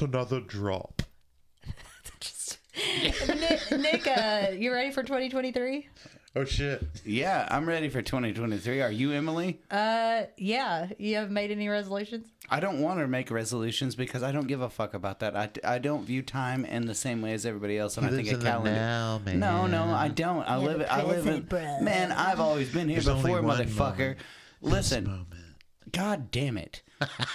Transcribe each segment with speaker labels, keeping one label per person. Speaker 1: not another drop.
Speaker 2: Just- Nick, Nick uh, you ready for 2023?
Speaker 1: Oh shit.
Speaker 3: Yeah, I'm ready for 2023. Are you, Emily?
Speaker 2: Uh, yeah. You haven't made any resolutions?
Speaker 3: I don't want to make resolutions because I don't give a fuck about that. I, I don't view time in the same way as everybody else, and I think a calendar. No, no, I don't. I
Speaker 2: You're
Speaker 3: live.
Speaker 2: the
Speaker 3: it. I live in.
Speaker 2: present, bro.
Speaker 3: Man, I've always been here
Speaker 1: There's only
Speaker 3: before,
Speaker 1: one
Speaker 3: motherfucker.
Speaker 1: moment.
Speaker 3: Listen, God damn it.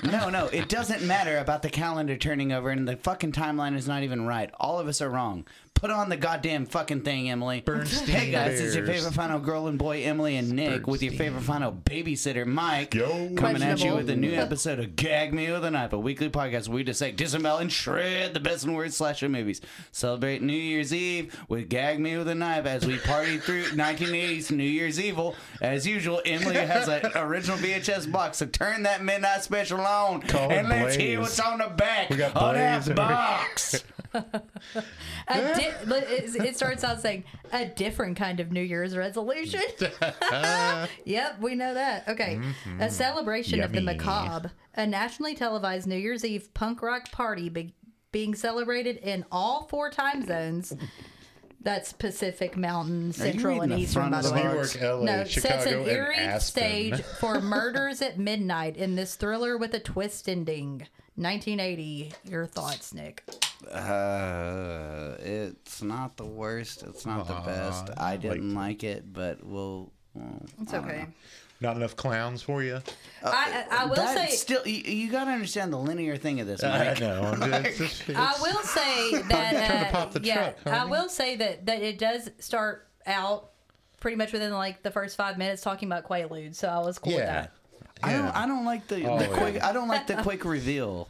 Speaker 3: no, no, it doesn't matter about the calendar turning over, and the fucking timeline is not even right. All of us are wrong. Put on the goddamn fucking thing, Emily.
Speaker 1: Bernstein
Speaker 3: hey guys, it's your
Speaker 1: Bears.
Speaker 3: favorite final girl and boy, Emily and Nick, with your favorite final babysitter, Mike,
Speaker 1: Yo.
Speaker 3: coming at you
Speaker 2: Questionable.
Speaker 3: with a new episode of Gag Me with a Knife, a weekly podcast where we dissect, disembowel, and shred the best and worst slasher movies. Celebrate New Year's Eve with Gag Me with a Knife as we party through 1980s New Year's Evil. As usual, Emily has an original VHS box, so turn that midnight special on
Speaker 1: Call
Speaker 3: and let's
Speaker 1: Blaze.
Speaker 3: hear what's on the back
Speaker 1: We got
Speaker 3: of
Speaker 1: Blaze
Speaker 3: that
Speaker 1: over here.
Speaker 3: box.
Speaker 2: A di- but it, it starts out saying a different kind of New Year's resolution. yep, we know that. Okay.
Speaker 3: Mm-hmm.
Speaker 2: A celebration of the
Speaker 1: Yummy.
Speaker 2: macabre, a nationally televised New Year's Eve punk rock party be- being celebrated in all four time zones. That's Pacific Mountain, Central,
Speaker 3: reading
Speaker 2: and
Speaker 3: the
Speaker 2: Eastern,
Speaker 3: front
Speaker 2: by
Speaker 3: of
Speaker 2: the
Speaker 3: the
Speaker 2: way.
Speaker 1: New
Speaker 3: Bugs.
Speaker 1: York, LA,
Speaker 2: No, sets
Speaker 1: Chicago,
Speaker 2: an
Speaker 1: and
Speaker 2: eerie
Speaker 1: Aspen.
Speaker 2: stage for murders at midnight in this thriller with a twist ending. 1980. Your thoughts, Nick?
Speaker 3: Uh, it's not the worst. It's not the best. I didn't like, it, but we'll. we'll
Speaker 2: It's okay.
Speaker 1: Not enough clowns for you.
Speaker 2: Uh, I, I I will
Speaker 3: That's
Speaker 2: say
Speaker 3: still, you, you got to understand the linear thing of this. Mike.
Speaker 1: know. it's just-
Speaker 2: I will say that
Speaker 1: trying to
Speaker 2: uh,
Speaker 1: pop the
Speaker 2: yeah,
Speaker 1: truck,
Speaker 2: I
Speaker 1: honey.
Speaker 2: will say that that it does start out pretty much within like the first five minutes talking about Quaaludes, so I was cool with
Speaker 1: yeah.
Speaker 2: that.
Speaker 3: I don't.
Speaker 1: Yeah.
Speaker 3: I don't like the,
Speaker 1: Oh,
Speaker 3: the
Speaker 1: yeah.
Speaker 3: quick. I don't like the quick reveal.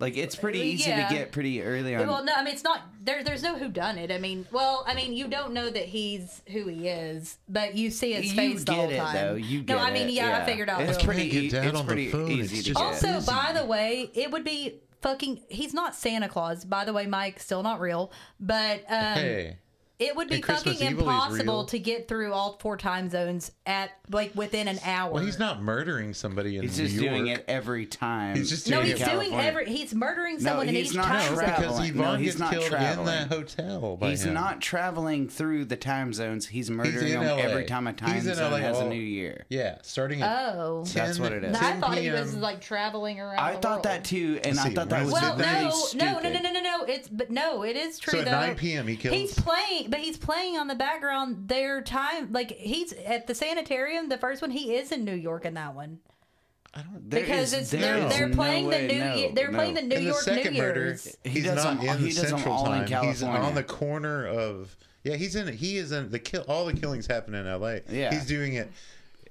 Speaker 3: Like it's pretty easy
Speaker 2: Yeah.
Speaker 3: to get pretty early on.
Speaker 2: Well, no, I mean it's not there. There's no who done it. I mean, well, I mean you don't know that he's who he is, but you see his
Speaker 3: You
Speaker 2: face the
Speaker 3: get
Speaker 2: whole
Speaker 3: it,
Speaker 2: time.
Speaker 3: though. You get
Speaker 2: no, I mean
Speaker 3: it.
Speaker 2: yeah,
Speaker 3: Yeah.
Speaker 2: I figured out.
Speaker 3: It's
Speaker 2: what-
Speaker 3: pretty
Speaker 1: Can't get
Speaker 3: e-
Speaker 1: down
Speaker 3: it's
Speaker 1: on
Speaker 3: pretty
Speaker 1: the phone.
Speaker 3: easy
Speaker 1: It's
Speaker 3: to
Speaker 1: just
Speaker 3: get.
Speaker 2: Also,
Speaker 1: busy.
Speaker 2: by the way, it would be fucking. He's not Santa Claus, by the way, Mike. Still not real, but um,
Speaker 1: Hey.
Speaker 2: It would be
Speaker 1: And Christmas
Speaker 2: fucking
Speaker 1: Evil is real.
Speaker 2: impossible to get through all four time zones at like within an hour.
Speaker 1: Well, he's not murdering somebody in
Speaker 3: he's
Speaker 1: New
Speaker 3: just
Speaker 1: York.
Speaker 3: doing it every time.
Speaker 1: He's just
Speaker 2: no,
Speaker 1: doing
Speaker 2: he's
Speaker 1: it.
Speaker 2: doing
Speaker 3: California.
Speaker 2: every. He's murdering
Speaker 3: No,
Speaker 2: someone in
Speaker 3: he's
Speaker 2: each
Speaker 3: not
Speaker 2: time
Speaker 1: No,
Speaker 2: zone.
Speaker 3: traveling.
Speaker 1: because
Speaker 3: No,
Speaker 1: Yvonne
Speaker 3: he's
Speaker 1: gets
Speaker 3: not
Speaker 1: killed in
Speaker 3: traveling.
Speaker 1: that hotel by
Speaker 3: He's
Speaker 1: him.
Speaker 3: not traveling through the time zones. He's
Speaker 1: He's
Speaker 3: murdering
Speaker 1: in
Speaker 3: them
Speaker 1: LA.
Speaker 3: every time a time
Speaker 1: He's in
Speaker 3: zone
Speaker 1: LA
Speaker 3: has a
Speaker 1: all-
Speaker 3: new year.
Speaker 1: Yeah, starting at
Speaker 2: Oh,
Speaker 1: 10,
Speaker 3: That's what it is.
Speaker 2: I
Speaker 1: 10
Speaker 2: thought he
Speaker 1: PM.
Speaker 2: was like traveling around.
Speaker 3: I
Speaker 2: the
Speaker 3: thought
Speaker 2: world.
Speaker 3: that too, and
Speaker 1: Let's
Speaker 3: I
Speaker 1: see,
Speaker 3: thought that was
Speaker 1: Resident
Speaker 2: Well,
Speaker 3: really
Speaker 2: no,
Speaker 3: stupid.
Speaker 2: no, no, no, no, no, no. It's but no, it is true.
Speaker 1: So at
Speaker 2: though.
Speaker 1: 9 p.m. he kills-
Speaker 2: He's playing, but he's playing on the background. Their time, like he's at the sanitarium. The first one, he is in New York in that one
Speaker 3: There
Speaker 2: because
Speaker 3: is-
Speaker 2: it's
Speaker 3: there
Speaker 2: they're
Speaker 3: is
Speaker 2: they're
Speaker 3: no
Speaker 2: playing
Speaker 3: way,
Speaker 2: the new
Speaker 3: no,
Speaker 2: Year- they're
Speaker 3: no.
Speaker 2: playing the New
Speaker 1: in the
Speaker 2: York
Speaker 1: second
Speaker 2: New
Speaker 1: murder,
Speaker 2: Year's.
Speaker 3: He
Speaker 1: he's
Speaker 3: does
Speaker 1: not
Speaker 3: them-
Speaker 1: in
Speaker 3: he does them
Speaker 1: Central
Speaker 3: all in
Speaker 1: Time. he's
Speaker 3: California.
Speaker 1: on the corner of. Yeah, he's in. He is in the kill. All the killings happen in L.A.
Speaker 3: Yeah.
Speaker 1: he's doing it.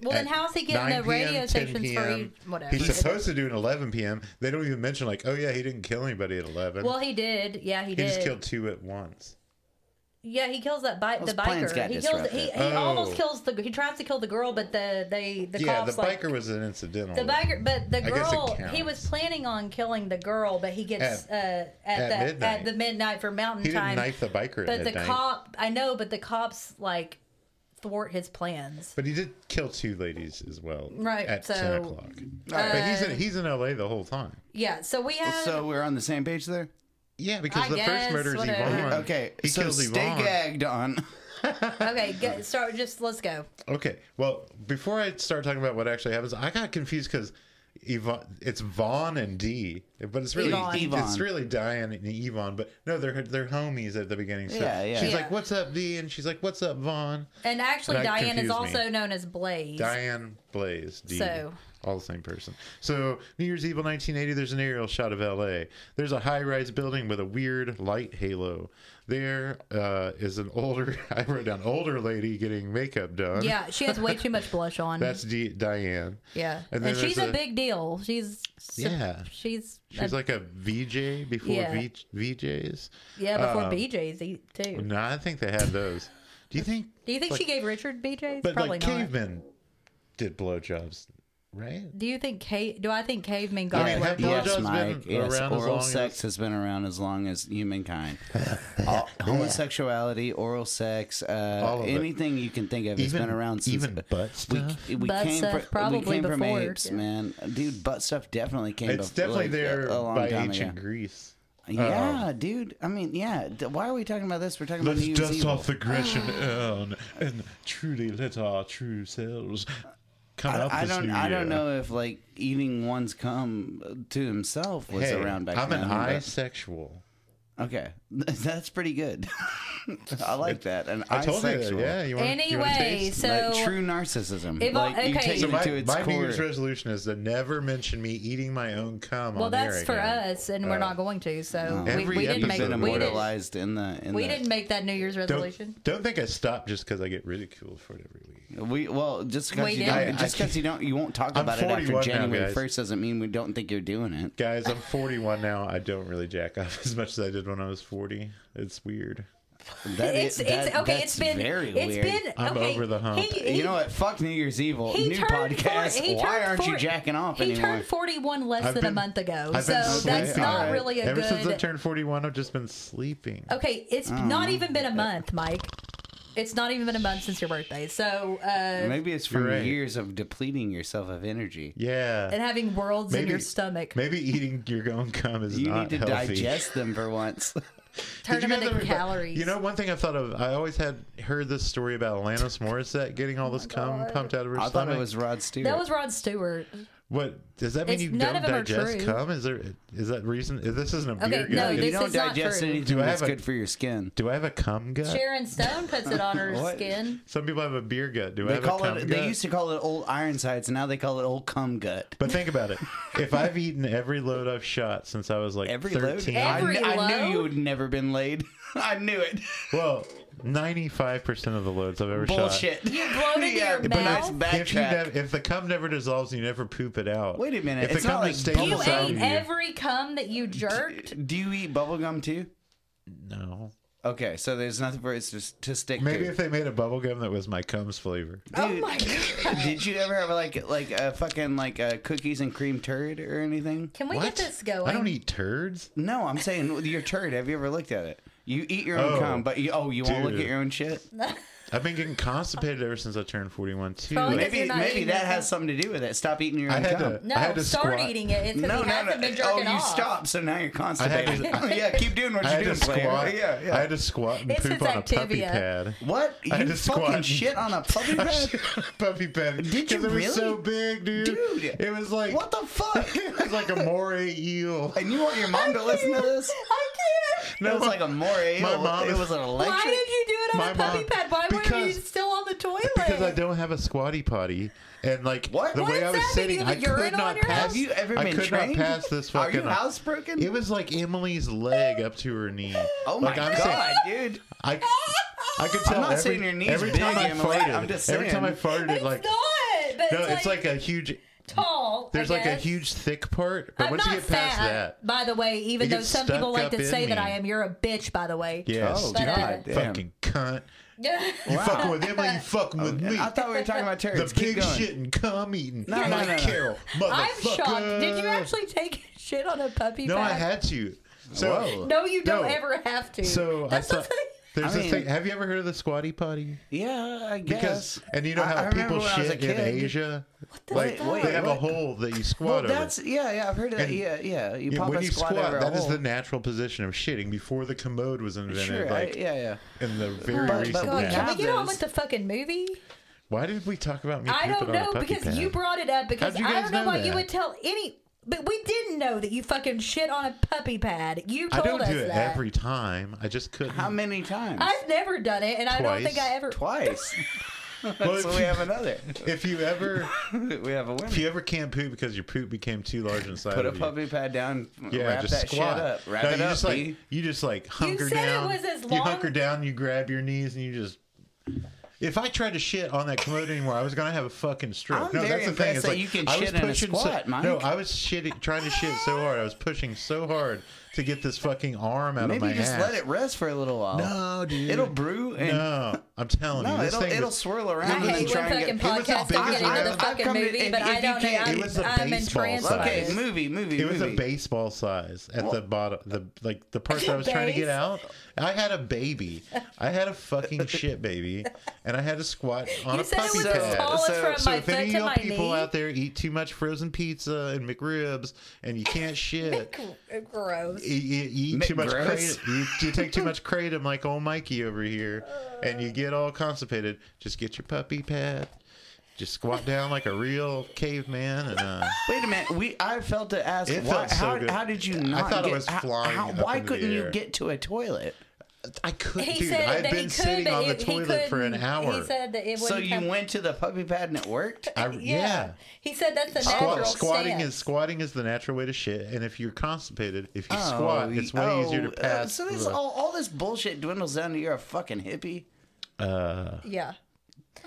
Speaker 2: Well, then
Speaker 1: at
Speaker 2: how's he getting
Speaker 1: 9
Speaker 2: the radio
Speaker 1: 10
Speaker 2: stations for
Speaker 1: PM.
Speaker 2: you? Whatever.
Speaker 1: He's supposed to do an 11 p.m. They don't even mention like, oh yeah, he didn't kill anybody at 11.
Speaker 2: Well, he did. Yeah, he,
Speaker 1: he
Speaker 2: did.
Speaker 1: just killed two at once.
Speaker 2: Yeah, he kills that bike.
Speaker 3: Those
Speaker 2: the
Speaker 3: plans
Speaker 2: biker.
Speaker 3: got
Speaker 2: He kills. He, he
Speaker 3: disrupted.
Speaker 2: almost
Speaker 1: Oh.
Speaker 2: kills the. He tries to kill the girl, but the they the
Speaker 1: yeah, the
Speaker 2: cops like
Speaker 1: biker was an incidental.
Speaker 2: the biker. But the
Speaker 1: I guess it
Speaker 2: girl, he
Speaker 1: counts.
Speaker 2: was planning on killing the girl, but he gets
Speaker 1: At-
Speaker 2: uh, at,
Speaker 1: at
Speaker 2: the
Speaker 1: midnight.
Speaker 2: at the midnight for mountain
Speaker 1: He didn't
Speaker 2: time.
Speaker 1: knife the biker
Speaker 2: but
Speaker 1: at
Speaker 2: the
Speaker 1: midnight.
Speaker 2: cop, I know, but the cops like thwart his plans.
Speaker 1: But he did kill two ladies as well.
Speaker 2: Right,
Speaker 1: at
Speaker 2: so- uh,
Speaker 1: ten o'clock. but he's in he's in L.A. the whole time.
Speaker 2: Yeah, so we have.
Speaker 3: So we're on the same page there.
Speaker 1: Yeah, because
Speaker 2: I
Speaker 1: the first
Speaker 2: guess,
Speaker 1: murder is
Speaker 2: whatever.
Speaker 1: Yvonne.
Speaker 3: Okay,
Speaker 1: he
Speaker 3: so
Speaker 1: kills
Speaker 3: stay
Speaker 1: Yvonne.
Speaker 3: gagged on.
Speaker 2: okay, go, start. Just let's go.
Speaker 1: Okay, well, before I start talking about what actually happens, I got confused because Yvonne, it's Vaughn and D, but it's really
Speaker 2: Yvonne.
Speaker 3: Yvonne.
Speaker 1: it's really Diane and Yvonne. But no, they're they're homies at the beginning. So
Speaker 3: Yeah, yeah.
Speaker 1: She's
Speaker 2: Yeah.
Speaker 1: like, "What's up, D?" and she's like, "What's up, Vaughn?"
Speaker 2: And actually,
Speaker 1: That
Speaker 2: Diane is
Speaker 1: confused me.
Speaker 2: also known as Blaze.
Speaker 1: Diane Blaze, D.
Speaker 2: So-
Speaker 1: All the same person. So, New Year's Evil 1980, there's an aerial shot of LA. There's a high rise building with a weird light halo. There uh, is an older, I wrote down, older lady getting makeup done.
Speaker 2: Yeah, she has way too much blush on.
Speaker 1: That's D- Diane.
Speaker 2: yeah,
Speaker 1: and
Speaker 2: and,
Speaker 1: then
Speaker 2: she's
Speaker 1: there's
Speaker 2: a,
Speaker 1: a-
Speaker 2: big deal. She's
Speaker 1: Yeah.
Speaker 2: she's,
Speaker 1: She's
Speaker 2: a-
Speaker 1: like a VJ before
Speaker 2: Yeah.
Speaker 1: v- VJs.
Speaker 2: yeah
Speaker 1: um,
Speaker 2: before BJ's e- too.
Speaker 1: No, I think they had those. Do you think,
Speaker 2: Do you think
Speaker 1: like-
Speaker 2: she gave Richard BJ's?
Speaker 1: but
Speaker 2: Probably
Speaker 1: like
Speaker 2: not.
Speaker 1: cavemen did blowjobs right?
Speaker 2: Do you think cave? Do I think cavemen got
Speaker 1: Yeah,
Speaker 2: it?
Speaker 1: have
Speaker 2: worked
Speaker 1: you-
Speaker 2: on?
Speaker 1: Blowjob's
Speaker 3: Yes,
Speaker 1: been
Speaker 3: Mike. Yes,
Speaker 1: around as
Speaker 3: oral
Speaker 1: long
Speaker 3: sex
Speaker 1: as-
Speaker 3: has been around as long as humankind. All- homosexuality, oral sex,
Speaker 1: All
Speaker 3: uh,
Speaker 1: of it.
Speaker 3: anything you can think of has been around since.
Speaker 1: even butt
Speaker 3: we,
Speaker 1: stuff.
Speaker 3: we
Speaker 2: Butt
Speaker 3: came
Speaker 2: stuff
Speaker 3: fr-
Speaker 2: probably
Speaker 3: we came from
Speaker 2: before,
Speaker 3: apes,
Speaker 2: yeah.
Speaker 3: man. Dude, butt stuff definitely came.
Speaker 1: it's
Speaker 3: bef-
Speaker 1: definitely
Speaker 3: like,
Speaker 1: there
Speaker 3: a, a long
Speaker 1: by
Speaker 3: time
Speaker 1: ancient
Speaker 3: ago.
Speaker 1: Greece.
Speaker 3: Yeah, dude. I mean, yeah. D- why are we talking about this? We're talking about
Speaker 1: Let's
Speaker 3: New
Speaker 1: dust
Speaker 3: Zealand.
Speaker 1: off the Grecian urn and truly let our true selves come up
Speaker 3: I
Speaker 1: this
Speaker 3: don't.
Speaker 1: new
Speaker 3: I don't
Speaker 1: year.
Speaker 3: know if like eating one's cum to himself was
Speaker 1: Hey,
Speaker 3: around back
Speaker 1: I'm
Speaker 3: then.
Speaker 1: an
Speaker 3: but-
Speaker 1: bisexual.
Speaker 3: Okay, that's pretty good. I like that. And
Speaker 1: I told
Speaker 3: asexual.
Speaker 1: you that. Yeah, you want
Speaker 2: Anyway, so
Speaker 3: like true narcissism.
Speaker 2: If I-
Speaker 3: like you
Speaker 2: okay.
Speaker 3: take
Speaker 1: So
Speaker 2: So
Speaker 3: it
Speaker 1: my,
Speaker 3: to its
Speaker 1: my New
Speaker 3: core.
Speaker 1: Year's resolution is to never mention me eating my own cum.
Speaker 2: well,
Speaker 1: on air
Speaker 2: that's for
Speaker 1: again. Uh,
Speaker 2: us, and we're not going to. So we,
Speaker 1: Every
Speaker 2: we didn't
Speaker 1: episode of
Speaker 2: make we didn't,
Speaker 3: immortalized in the. In
Speaker 2: we
Speaker 3: the-
Speaker 2: didn't make that New Year's resolution.
Speaker 1: Don't, don't think I stopped just because I get ridiculed for it every week.
Speaker 3: We well just
Speaker 2: We
Speaker 3: because you
Speaker 2: did.
Speaker 3: don't, just 'cause you don't you won't talk
Speaker 1: I'm
Speaker 3: about it after
Speaker 1: 41 now,
Speaker 3: January
Speaker 1: guys.
Speaker 3: first doesn't mean we don't think you're doing it.
Speaker 1: Guys, I'm 41 now. I don't really jack off as much as I did when I was 40. It's weird.
Speaker 3: That
Speaker 2: It's
Speaker 3: is- that-
Speaker 2: it's okay.
Speaker 3: that's
Speaker 2: It's been
Speaker 3: very
Speaker 2: it's
Speaker 3: weird.
Speaker 2: been
Speaker 1: I'm
Speaker 2: okay,
Speaker 1: over the hump.
Speaker 2: he- he-
Speaker 3: you know what? Fuck New Year's Evil.
Speaker 2: He
Speaker 3: New
Speaker 2: turned four-
Speaker 3: podcast.
Speaker 2: he
Speaker 3: Why
Speaker 2: turned
Speaker 3: aren't you
Speaker 2: four-
Speaker 3: jacking off
Speaker 2: He
Speaker 3: anymore?
Speaker 2: turned 41 less
Speaker 1: I've
Speaker 2: than
Speaker 1: been-
Speaker 2: a month ago,
Speaker 1: I've
Speaker 2: so
Speaker 1: been sleeping.
Speaker 2: that's not
Speaker 1: All right.
Speaker 2: really a
Speaker 1: Ever
Speaker 2: good. Oh.
Speaker 1: since I turned 41, I've just been sleeping.
Speaker 2: Okay, it's
Speaker 3: Oh,
Speaker 2: not even been a month, Mike. It's not even been a month since your birthday. So, uh,
Speaker 3: Maybe it's from
Speaker 1: You're right.
Speaker 3: years of depleting yourself of energy.
Speaker 2: and
Speaker 1: Yeah.
Speaker 2: having worlds in
Speaker 1: Maybe-
Speaker 2: your stomach.
Speaker 1: Maybe eating your own cum is
Speaker 3: You
Speaker 1: not
Speaker 3: need to
Speaker 1: healthy.
Speaker 3: digest them for once.
Speaker 2: Turn
Speaker 1: Did
Speaker 2: them
Speaker 1: you guys
Speaker 2: into
Speaker 1: ever-
Speaker 2: calories.
Speaker 1: You know, one thing I thought of, I always had heard this story about Alanis Morissette getting all this cum
Speaker 2: Oh God.
Speaker 1: pumped out of her
Speaker 3: I thought
Speaker 1: stomach.
Speaker 3: it was Rod Stewart.
Speaker 2: that was Rod Stewart.
Speaker 1: What does that mean?
Speaker 2: It's-
Speaker 1: you
Speaker 2: none
Speaker 1: don't
Speaker 2: of 'em are
Speaker 1: digest
Speaker 2: true.
Speaker 1: cum? Is there? Is that reason? This isn't a
Speaker 2: Okay,
Speaker 1: beer
Speaker 2: no,
Speaker 1: gut.
Speaker 3: if you
Speaker 2: this
Speaker 3: don't
Speaker 2: is not
Speaker 3: digest
Speaker 2: true.
Speaker 3: anything
Speaker 1: Do I
Speaker 3: that's
Speaker 1: have a-
Speaker 3: good for your skin.
Speaker 1: Do I have a cum gut?
Speaker 2: Sharon Stone puts it on her
Speaker 3: What?
Speaker 2: skin.
Speaker 1: Some people have a beer gut. Do I
Speaker 3: They
Speaker 1: have
Speaker 3: call
Speaker 1: a cum
Speaker 3: it.
Speaker 1: gut?
Speaker 3: They used to call it old Ironsides. Now they call it old cum gut.
Speaker 1: But think about it. If I've eaten every load I've shot since I was like
Speaker 3: Every
Speaker 1: thirteen,
Speaker 3: load.
Speaker 2: Every
Speaker 3: I, kn- I
Speaker 2: load?
Speaker 3: knew you had never been laid. I knew it.
Speaker 1: well, ninety-five percent of the loads I've ever shot.
Speaker 3: Bullshit.
Speaker 2: You blow it into your
Speaker 3: but that's
Speaker 2: mouth?
Speaker 1: If you
Speaker 3: backtrack.
Speaker 1: nev- if the cum never dissolves and you never poop it out.
Speaker 3: Wait a minute,
Speaker 1: If the
Speaker 3: it's not
Speaker 1: cum
Speaker 3: like
Speaker 1: just stays
Speaker 2: You
Speaker 3: Bubble
Speaker 1: inside
Speaker 2: ate
Speaker 1: of
Speaker 2: every cum that you jerked.
Speaker 3: Do you eat bubble gum too?
Speaker 1: No.
Speaker 3: Okay, so there's nothing for it's just to stick
Speaker 1: Maybe
Speaker 3: to.
Speaker 1: if they made a bubble gum that was my cum's flavor.
Speaker 2: Oh my god!
Speaker 3: Did you ever have like like a fucking like a cookies and cream turd or anything?
Speaker 2: Can we
Speaker 1: what?
Speaker 2: get this going?
Speaker 1: I don't eat turds.
Speaker 3: No, I'm saying your turd. Have you ever looked at it? You eat your own
Speaker 1: Oh,
Speaker 3: cum, but you, oh, you won't look
Speaker 1: dude.
Speaker 3: at your own shit.
Speaker 1: I've been getting constipated ever since I turned 41 too.
Speaker 2: Probably
Speaker 1: I
Speaker 2: because
Speaker 3: Maybe
Speaker 2: you're not
Speaker 3: maybe
Speaker 2: eating
Speaker 3: that
Speaker 2: it.
Speaker 3: has something to do with it. Stop eating your
Speaker 1: I
Speaker 3: own
Speaker 1: had
Speaker 3: cum.
Speaker 1: to- I had
Speaker 2: No,
Speaker 1: to
Speaker 2: start
Speaker 1: squat.
Speaker 2: eating it. It's because
Speaker 3: No,
Speaker 2: he
Speaker 3: no,
Speaker 2: hasn't
Speaker 3: no.
Speaker 2: been
Speaker 3: Oh,
Speaker 2: jerking
Speaker 3: you
Speaker 2: off.
Speaker 3: stopped, so now you're
Speaker 1: had
Speaker 3: constipated.
Speaker 1: to-
Speaker 3: yeah, keep doing what you're
Speaker 1: had to
Speaker 3: doing,
Speaker 1: squat.
Speaker 3: player. Yeah, yeah.
Speaker 1: I had to squat and
Speaker 2: It's
Speaker 1: poop
Speaker 2: his
Speaker 1: on a puppy
Speaker 2: Activia.
Speaker 1: pad.
Speaker 3: what? You
Speaker 1: I had
Speaker 3: fucking
Speaker 1: to squat and-
Speaker 3: shit on a puppy pad?
Speaker 1: puppy pad.
Speaker 3: Did you
Speaker 1: Because It was so
Speaker 3: really?
Speaker 1: big, dude.
Speaker 3: Dude.
Speaker 1: it was like
Speaker 3: What the fuck?
Speaker 1: it was like a moray eel.
Speaker 3: and you want your mom to listen to this?
Speaker 2: I can't.
Speaker 3: it was like a more
Speaker 1: my mom
Speaker 3: It
Speaker 1: is-
Speaker 3: was an
Speaker 2: Why
Speaker 3: electric.
Speaker 2: did you do it on
Speaker 1: My
Speaker 2: a puppy
Speaker 1: mom-
Speaker 2: pad? Why were you
Speaker 1: because-
Speaker 2: still on the toilet?
Speaker 1: Because I don't have a squatty potty, and like
Speaker 3: What?
Speaker 1: the
Speaker 3: What
Speaker 1: way
Speaker 2: does
Speaker 1: I was
Speaker 2: that mean?
Speaker 1: sitting,
Speaker 2: You
Speaker 1: I
Speaker 2: have a
Speaker 1: could
Speaker 2: urinal
Speaker 1: not
Speaker 2: in your
Speaker 1: pass.
Speaker 2: house?
Speaker 3: Have you ever
Speaker 1: I
Speaker 3: been
Speaker 1: could
Speaker 3: trained?
Speaker 1: not pass this fucking.
Speaker 3: Are you housebroken?
Speaker 1: It was like Emily's leg up to her knee.
Speaker 3: oh my
Speaker 1: like, I'm saying-
Speaker 3: god, dude!
Speaker 1: I, I could tell.
Speaker 3: not
Speaker 1: every,
Speaker 3: saying your knee's
Speaker 1: every
Speaker 3: big,
Speaker 1: time I
Speaker 3: Emily.
Speaker 1: farted,
Speaker 3: I'm just
Speaker 1: every time I
Speaker 3: saying.
Speaker 1: farted,
Speaker 2: It's
Speaker 1: like
Speaker 2: not. But
Speaker 1: no,
Speaker 2: it's, like,
Speaker 1: a huge.
Speaker 2: tall. I
Speaker 1: There's like a
Speaker 2: guess.
Speaker 1: huge thick part, but
Speaker 2: I'm
Speaker 1: once you
Speaker 2: not
Speaker 1: get past
Speaker 2: fat,
Speaker 1: that,
Speaker 2: by the way. Even
Speaker 1: It
Speaker 2: though
Speaker 1: gets
Speaker 2: some
Speaker 1: stuck
Speaker 2: people like
Speaker 1: up
Speaker 2: to
Speaker 1: in
Speaker 2: say that
Speaker 1: me.
Speaker 2: I am, you're a bitch. By the way.
Speaker 1: yes,
Speaker 3: Oh,
Speaker 1: dude,
Speaker 3: God damn.
Speaker 1: fucking cunt. You
Speaker 3: Wow.
Speaker 1: fucking with Emily, you fucking with me.
Speaker 3: I thought we were talking about
Speaker 1: the
Speaker 3: turds. Keep
Speaker 1: big
Speaker 3: going.
Speaker 1: shit and cum eating.
Speaker 3: no,
Speaker 1: Mike
Speaker 3: no, no.
Speaker 1: Carroll, motherfucker.
Speaker 2: I'm shocked. Did you actually take a shit on a puppy
Speaker 1: No,
Speaker 2: pad?
Speaker 1: I had to. So,
Speaker 3: Whoa.
Speaker 2: No, you don't
Speaker 1: No.
Speaker 2: ever have to.
Speaker 1: so I
Speaker 2: That's
Speaker 1: saw.
Speaker 2: the thing.
Speaker 1: There's
Speaker 3: I
Speaker 1: this
Speaker 3: mean-
Speaker 1: thing. Have you ever heard of the squatty potty?
Speaker 3: Yeah, I guess.
Speaker 1: Because and you know
Speaker 3: I-
Speaker 1: how
Speaker 3: I remember
Speaker 1: people
Speaker 3: when I was a
Speaker 1: shit in
Speaker 3: kid.
Speaker 1: Asia,
Speaker 2: the
Speaker 1: like
Speaker 2: fuck?
Speaker 1: they have a
Speaker 3: Wait, what?
Speaker 1: hole that you
Speaker 3: Well,
Speaker 1: squat over.
Speaker 3: that's yeah, yeah. I've heard of that.
Speaker 1: And-
Speaker 3: yeah, yeah. You
Speaker 1: Yeah,
Speaker 3: pop
Speaker 1: when
Speaker 3: a
Speaker 1: you
Speaker 3: squat,
Speaker 1: squat,
Speaker 3: over a
Speaker 1: that is
Speaker 3: hole.
Speaker 1: the natural position of shitting before the commode was invented,
Speaker 3: sure. I-
Speaker 1: like
Speaker 3: yeah, yeah.
Speaker 1: in the very
Speaker 3: But- but
Speaker 1: recent
Speaker 3: we
Speaker 2: God,
Speaker 1: past.
Speaker 2: can we
Speaker 3: have
Speaker 2: get on
Speaker 3: those.
Speaker 2: with the fucking movie?
Speaker 1: Why did we talk about me
Speaker 2: I
Speaker 1: pooping
Speaker 2: don't
Speaker 1: on a
Speaker 2: know
Speaker 1: puppy
Speaker 2: because
Speaker 1: pad?
Speaker 2: you brought it up because
Speaker 1: How'd you
Speaker 2: I
Speaker 1: guys
Speaker 2: don't know,
Speaker 1: know
Speaker 2: why you
Speaker 1: that?
Speaker 2: would tell any. But we didn't know that you fucking shit on a puppy pad. You
Speaker 1: I
Speaker 2: told
Speaker 1: don't
Speaker 2: us
Speaker 1: do it
Speaker 2: that.
Speaker 1: every time. I just couldn't.
Speaker 3: How many times?
Speaker 2: I've never done it, and I don't
Speaker 1: Twice.
Speaker 2: think I ever.
Speaker 3: Twice.
Speaker 1: Well,
Speaker 3: so
Speaker 1: if
Speaker 3: we
Speaker 1: you-
Speaker 3: have another.
Speaker 1: if you ever,
Speaker 3: we have a winner.
Speaker 1: if you ever can't poop because your poop became too large inside
Speaker 3: Put a
Speaker 1: of you,
Speaker 3: puppy pad down.
Speaker 1: yeah,
Speaker 3: wrap
Speaker 1: just
Speaker 3: that
Speaker 1: squat.
Speaker 3: shit up. Wrap
Speaker 1: no,
Speaker 3: it
Speaker 1: you
Speaker 3: up.
Speaker 1: just like
Speaker 3: B.
Speaker 1: you just like hunker
Speaker 2: said it
Speaker 1: down.
Speaker 2: was as
Speaker 1: You
Speaker 2: long-
Speaker 1: hunker down. You grab your knees and you just. If I tried to shit on that commode anymore, I was gonna have a fucking stroke.
Speaker 3: I'm
Speaker 1: no,
Speaker 3: very
Speaker 1: that's the thing.
Speaker 3: impressed
Speaker 1: It's
Speaker 3: that
Speaker 1: like
Speaker 3: you can
Speaker 1: I was
Speaker 3: shit in a
Speaker 1: pushing
Speaker 3: squat,
Speaker 1: so,
Speaker 3: Mike.
Speaker 1: No, I was shitting, trying to shit so hard. I was pushing so hard to get this fucking arm out of
Speaker 3: Maybe
Speaker 1: my
Speaker 3: just
Speaker 1: ass.
Speaker 3: let it rest for a little while.
Speaker 2: Oh,
Speaker 1: No, dude.
Speaker 3: It'll brew and
Speaker 1: No, I'm telling
Speaker 3: No,
Speaker 1: you, this
Speaker 3: it'll
Speaker 1: thing
Speaker 3: it'll
Speaker 1: was,
Speaker 3: swirl around.
Speaker 2: I
Speaker 3: and then
Speaker 2: hate
Speaker 3: try
Speaker 2: when
Speaker 3: and
Speaker 2: fucking
Speaker 3: get-
Speaker 1: it was the
Speaker 2: podcasts don't
Speaker 1: biggest-
Speaker 2: get into
Speaker 1: I've-
Speaker 2: the
Speaker 1: I've
Speaker 2: fucking
Speaker 3: come to-
Speaker 2: movie,
Speaker 3: if-
Speaker 2: but
Speaker 3: if
Speaker 2: I
Speaker 3: you
Speaker 2: don't.
Speaker 3: can't-
Speaker 2: I'm,
Speaker 1: it was a
Speaker 2: I'm
Speaker 1: baseball
Speaker 2: entranced
Speaker 1: size.
Speaker 2: by
Speaker 3: Okay,
Speaker 2: it.
Speaker 3: movie, movie,
Speaker 1: It was a
Speaker 3: movie.
Speaker 1: baseball size at the bottom, the like the part that I was trying to get
Speaker 2: Base?
Speaker 1: out. I had a baby. I had a fucking shit baby, and I had a squat on
Speaker 2: You
Speaker 1: a
Speaker 2: said it
Speaker 1: puppy
Speaker 2: was
Speaker 1: pad.
Speaker 2: the smallest
Speaker 3: So-
Speaker 2: from
Speaker 1: So
Speaker 2: my
Speaker 1: if
Speaker 2: foot
Speaker 1: any of
Speaker 2: to
Speaker 1: y'all
Speaker 2: my
Speaker 1: people out
Speaker 2: knee.
Speaker 1: there eat too much frozen pizza and McRibs and you can't shit,
Speaker 2: Gross.
Speaker 1: you, you- you eat too much
Speaker 3: McGross?
Speaker 1: kratom, you, you take too much kratom like old Mikey over here, and you get all constipated, just get your puppy pad, just squat down like a real caveman, and uh,
Speaker 3: Wait a minute. We I felt to ask
Speaker 1: It
Speaker 3: why,
Speaker 1: felt so
Speaker 3: how,
Speaker 1: good.
Speaker 3: how did you
Speaker 1: I
Speaker 3: not
Speaker 1: thought it
Speaker 3: get,
Speaker 1: was
Speaker 3: how-
Speaker 1: flying
Speaker 3: how-
Speaker 1: up
Speaker 3: why
Speaker 1: into the
Speaker 3: couldn't you
Speaker 1: air.
Speaker 3: get to a toilet?
Speaker 1: I couldn't,
Speaker 2: He
Speaker 1: dude.
Speaker 2: said
Speaker 1: I've
Speaker 2: that
Speaker 1: been
Speaker 2: he could,
Speaker 1: sitting
Speaker 2: but
Speaker 1: on the
Speaker 2: he- he
Speaker 1: toilet for an
Speaker 2: couldn't.
Speaker 1: hour.
Speaker 2: He said that it
Speaker 3: So
Speaker 2: wouldn't
Speaker 3: you
Speaker 2: come-
Speaker 3: went to the puppy pad and it worked?
Speaker 1: I, yeah.
Speaker 2: He said that's the
Speaker 1: Squat-
Speaker 2: natural
Speaker 1: squatting
Speaker 2: stance.
Speaker 1: is squatting is the natural way to shit, and if you're constipated, if you squat,
Speaker 3: Oh,
Speaker 1: it's way
Speaker 3: oh,
Speaker 1: easier to
Speaker 3: uh,
Speaker 1: pass.
Speaker 3: so this
Speaker 1: the-
Speaker 3: all, all this bullshit dwindles down to you're a fucking hippie.
Speaker 2: Yeah.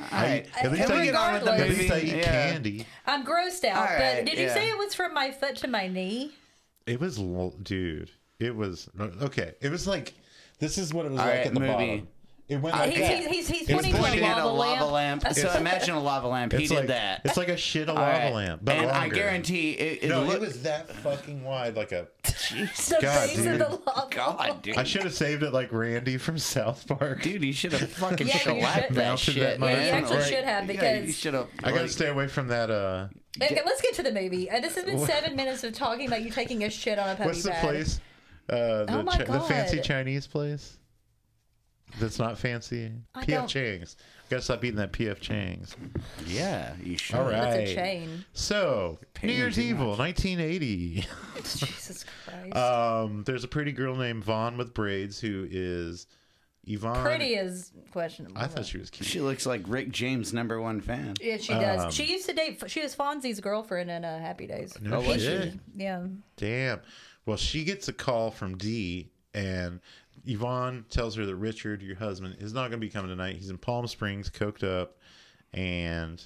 Speaker 3: All right.
Speaker 1: at least
Speaker 3: Can
Speaker 1: I
Speaker 3: we
Speaker 1: eat-
Speaker 3: get on with the
Speaker 1: at
Speaker 2: Regardless.
Speaker 1: least I eat
Speaker 3: movie? Yeah.
Speaker 1: candy.
Speaker 2: I'm grossed out,
Speaker 3: All right,
Speaker 2: but did you
Speaker 3: yeah.
Speaker 2: say it was from my foot to my knee?
Speaker 1: It was, l- dude. It was okay. It was like this is what it was
Speaker 3: All
Speaker 1: like
Speaker 3: right,
Speaker 1: at the
Speaker 3: movie. Uh,
Speaker 1: bottom. It went like
Speaker 2: He's,
Speaker 1: that.
Speaker 2: he's, he's, he's
Speaker 1: It was
Speaker 2: pointing to a
Speaker 1: pointing
Speaker 2: lava,
Speaker 1: at
Speaker 3: a lava
Speaker 2: lamp.
Speaker 3: lamp. So imagine a lava lamp. He
Speaker 1: it's
Speaker 3: did
Speaker 1: like
Speaker 3: that.
Speaker 1: It's like a shit of
Speaker 3: All
Speaker 1: lava
Speaker 3: right.
Speaker 1: lamp, but
Speaker 3: and I
Speaker 1: longer.
Speaker 3: guarantee it, it
Speaker 1: No,
Speaker 3: looked.
Speaker 1: it was that fucking wide, like a
Speaker 2: The
Speaker 1: God,
Speaker 2: base of
Speaker 1: dude.
Speaker 2: the lava.
Speaker 3: God, dude.
Speaker 1: I should have saved it like Randy from South Park.
Speaker 3: Dude, you should have fucking
Speaker 2: Yeah, you
Speaker 3: shellacked
Speaker 2: should-
Speaker 3: that
Speaker 1: Mounted that
Speaker 3: shit.
Speaker 2: Yeah,
Speaker 1: motherfucker.
Speaker 2: you
Speaker 3: man.
Speaker 2: actually
Speaker 1: Right.
Speaker 2: should have because.
Speaker 3: Yeah, you should have.
Speaker 1: I gotta
Speaker 3: like-
Speaker 1: stay away from that. Uh,
Speaker 2: Okay, let's get to the movie. Uh, this has been seven minutes of talking about you taking a shit on a puppy
Speaker 1: what's the
Speaker 2: pad.
Speaker 1: place? Uh, the,
Speaker 2: Oh my
Speaker 1: the fancy
Speaker 2: God.
Speaker 1: Chinese place. That's not fancy.
Speaker 2: I
Speaker 1: P.F.
Speaker 2: don't-
Speaker 1: Chang's. Gotta stop eating that P.F. Chang's.
Speaker 3: Yeah, you should.
Speaker 1: All right.
Speaker 2: That's a chain.
Speaker 1: So, New
Speaker 3: me
Speaker 1: Year's
Speaker 3: too
Speaker 1: Evil, 1980.
Speaker 2: Jesus Christ.
Speaker 1: Um, there's a pretty girl named Vaughn with braids who is Yvonne.
Speaker 2: Pretty is questionable.
Speaker 1: I thought she was cute.
Speaker 3: She looks like Rick James' number one fan.
Speaker 2: Yeah, she does.
Speaker 1: Um,
Speaker 2: she used to date. She was Fonzie's girlfriend in uh, Happy Days.
Speaker 1: No
Speaker 3: Oh, was
Speaker 1: shit.
Speaker 3: she?
Speaker 2: Yeah.
Speaker 1: Damn. Well, she gets a call from D, and Yvonne tells her that Richard, your husband, is not going to be coming tonight. He's in Palm Springs, coked up, and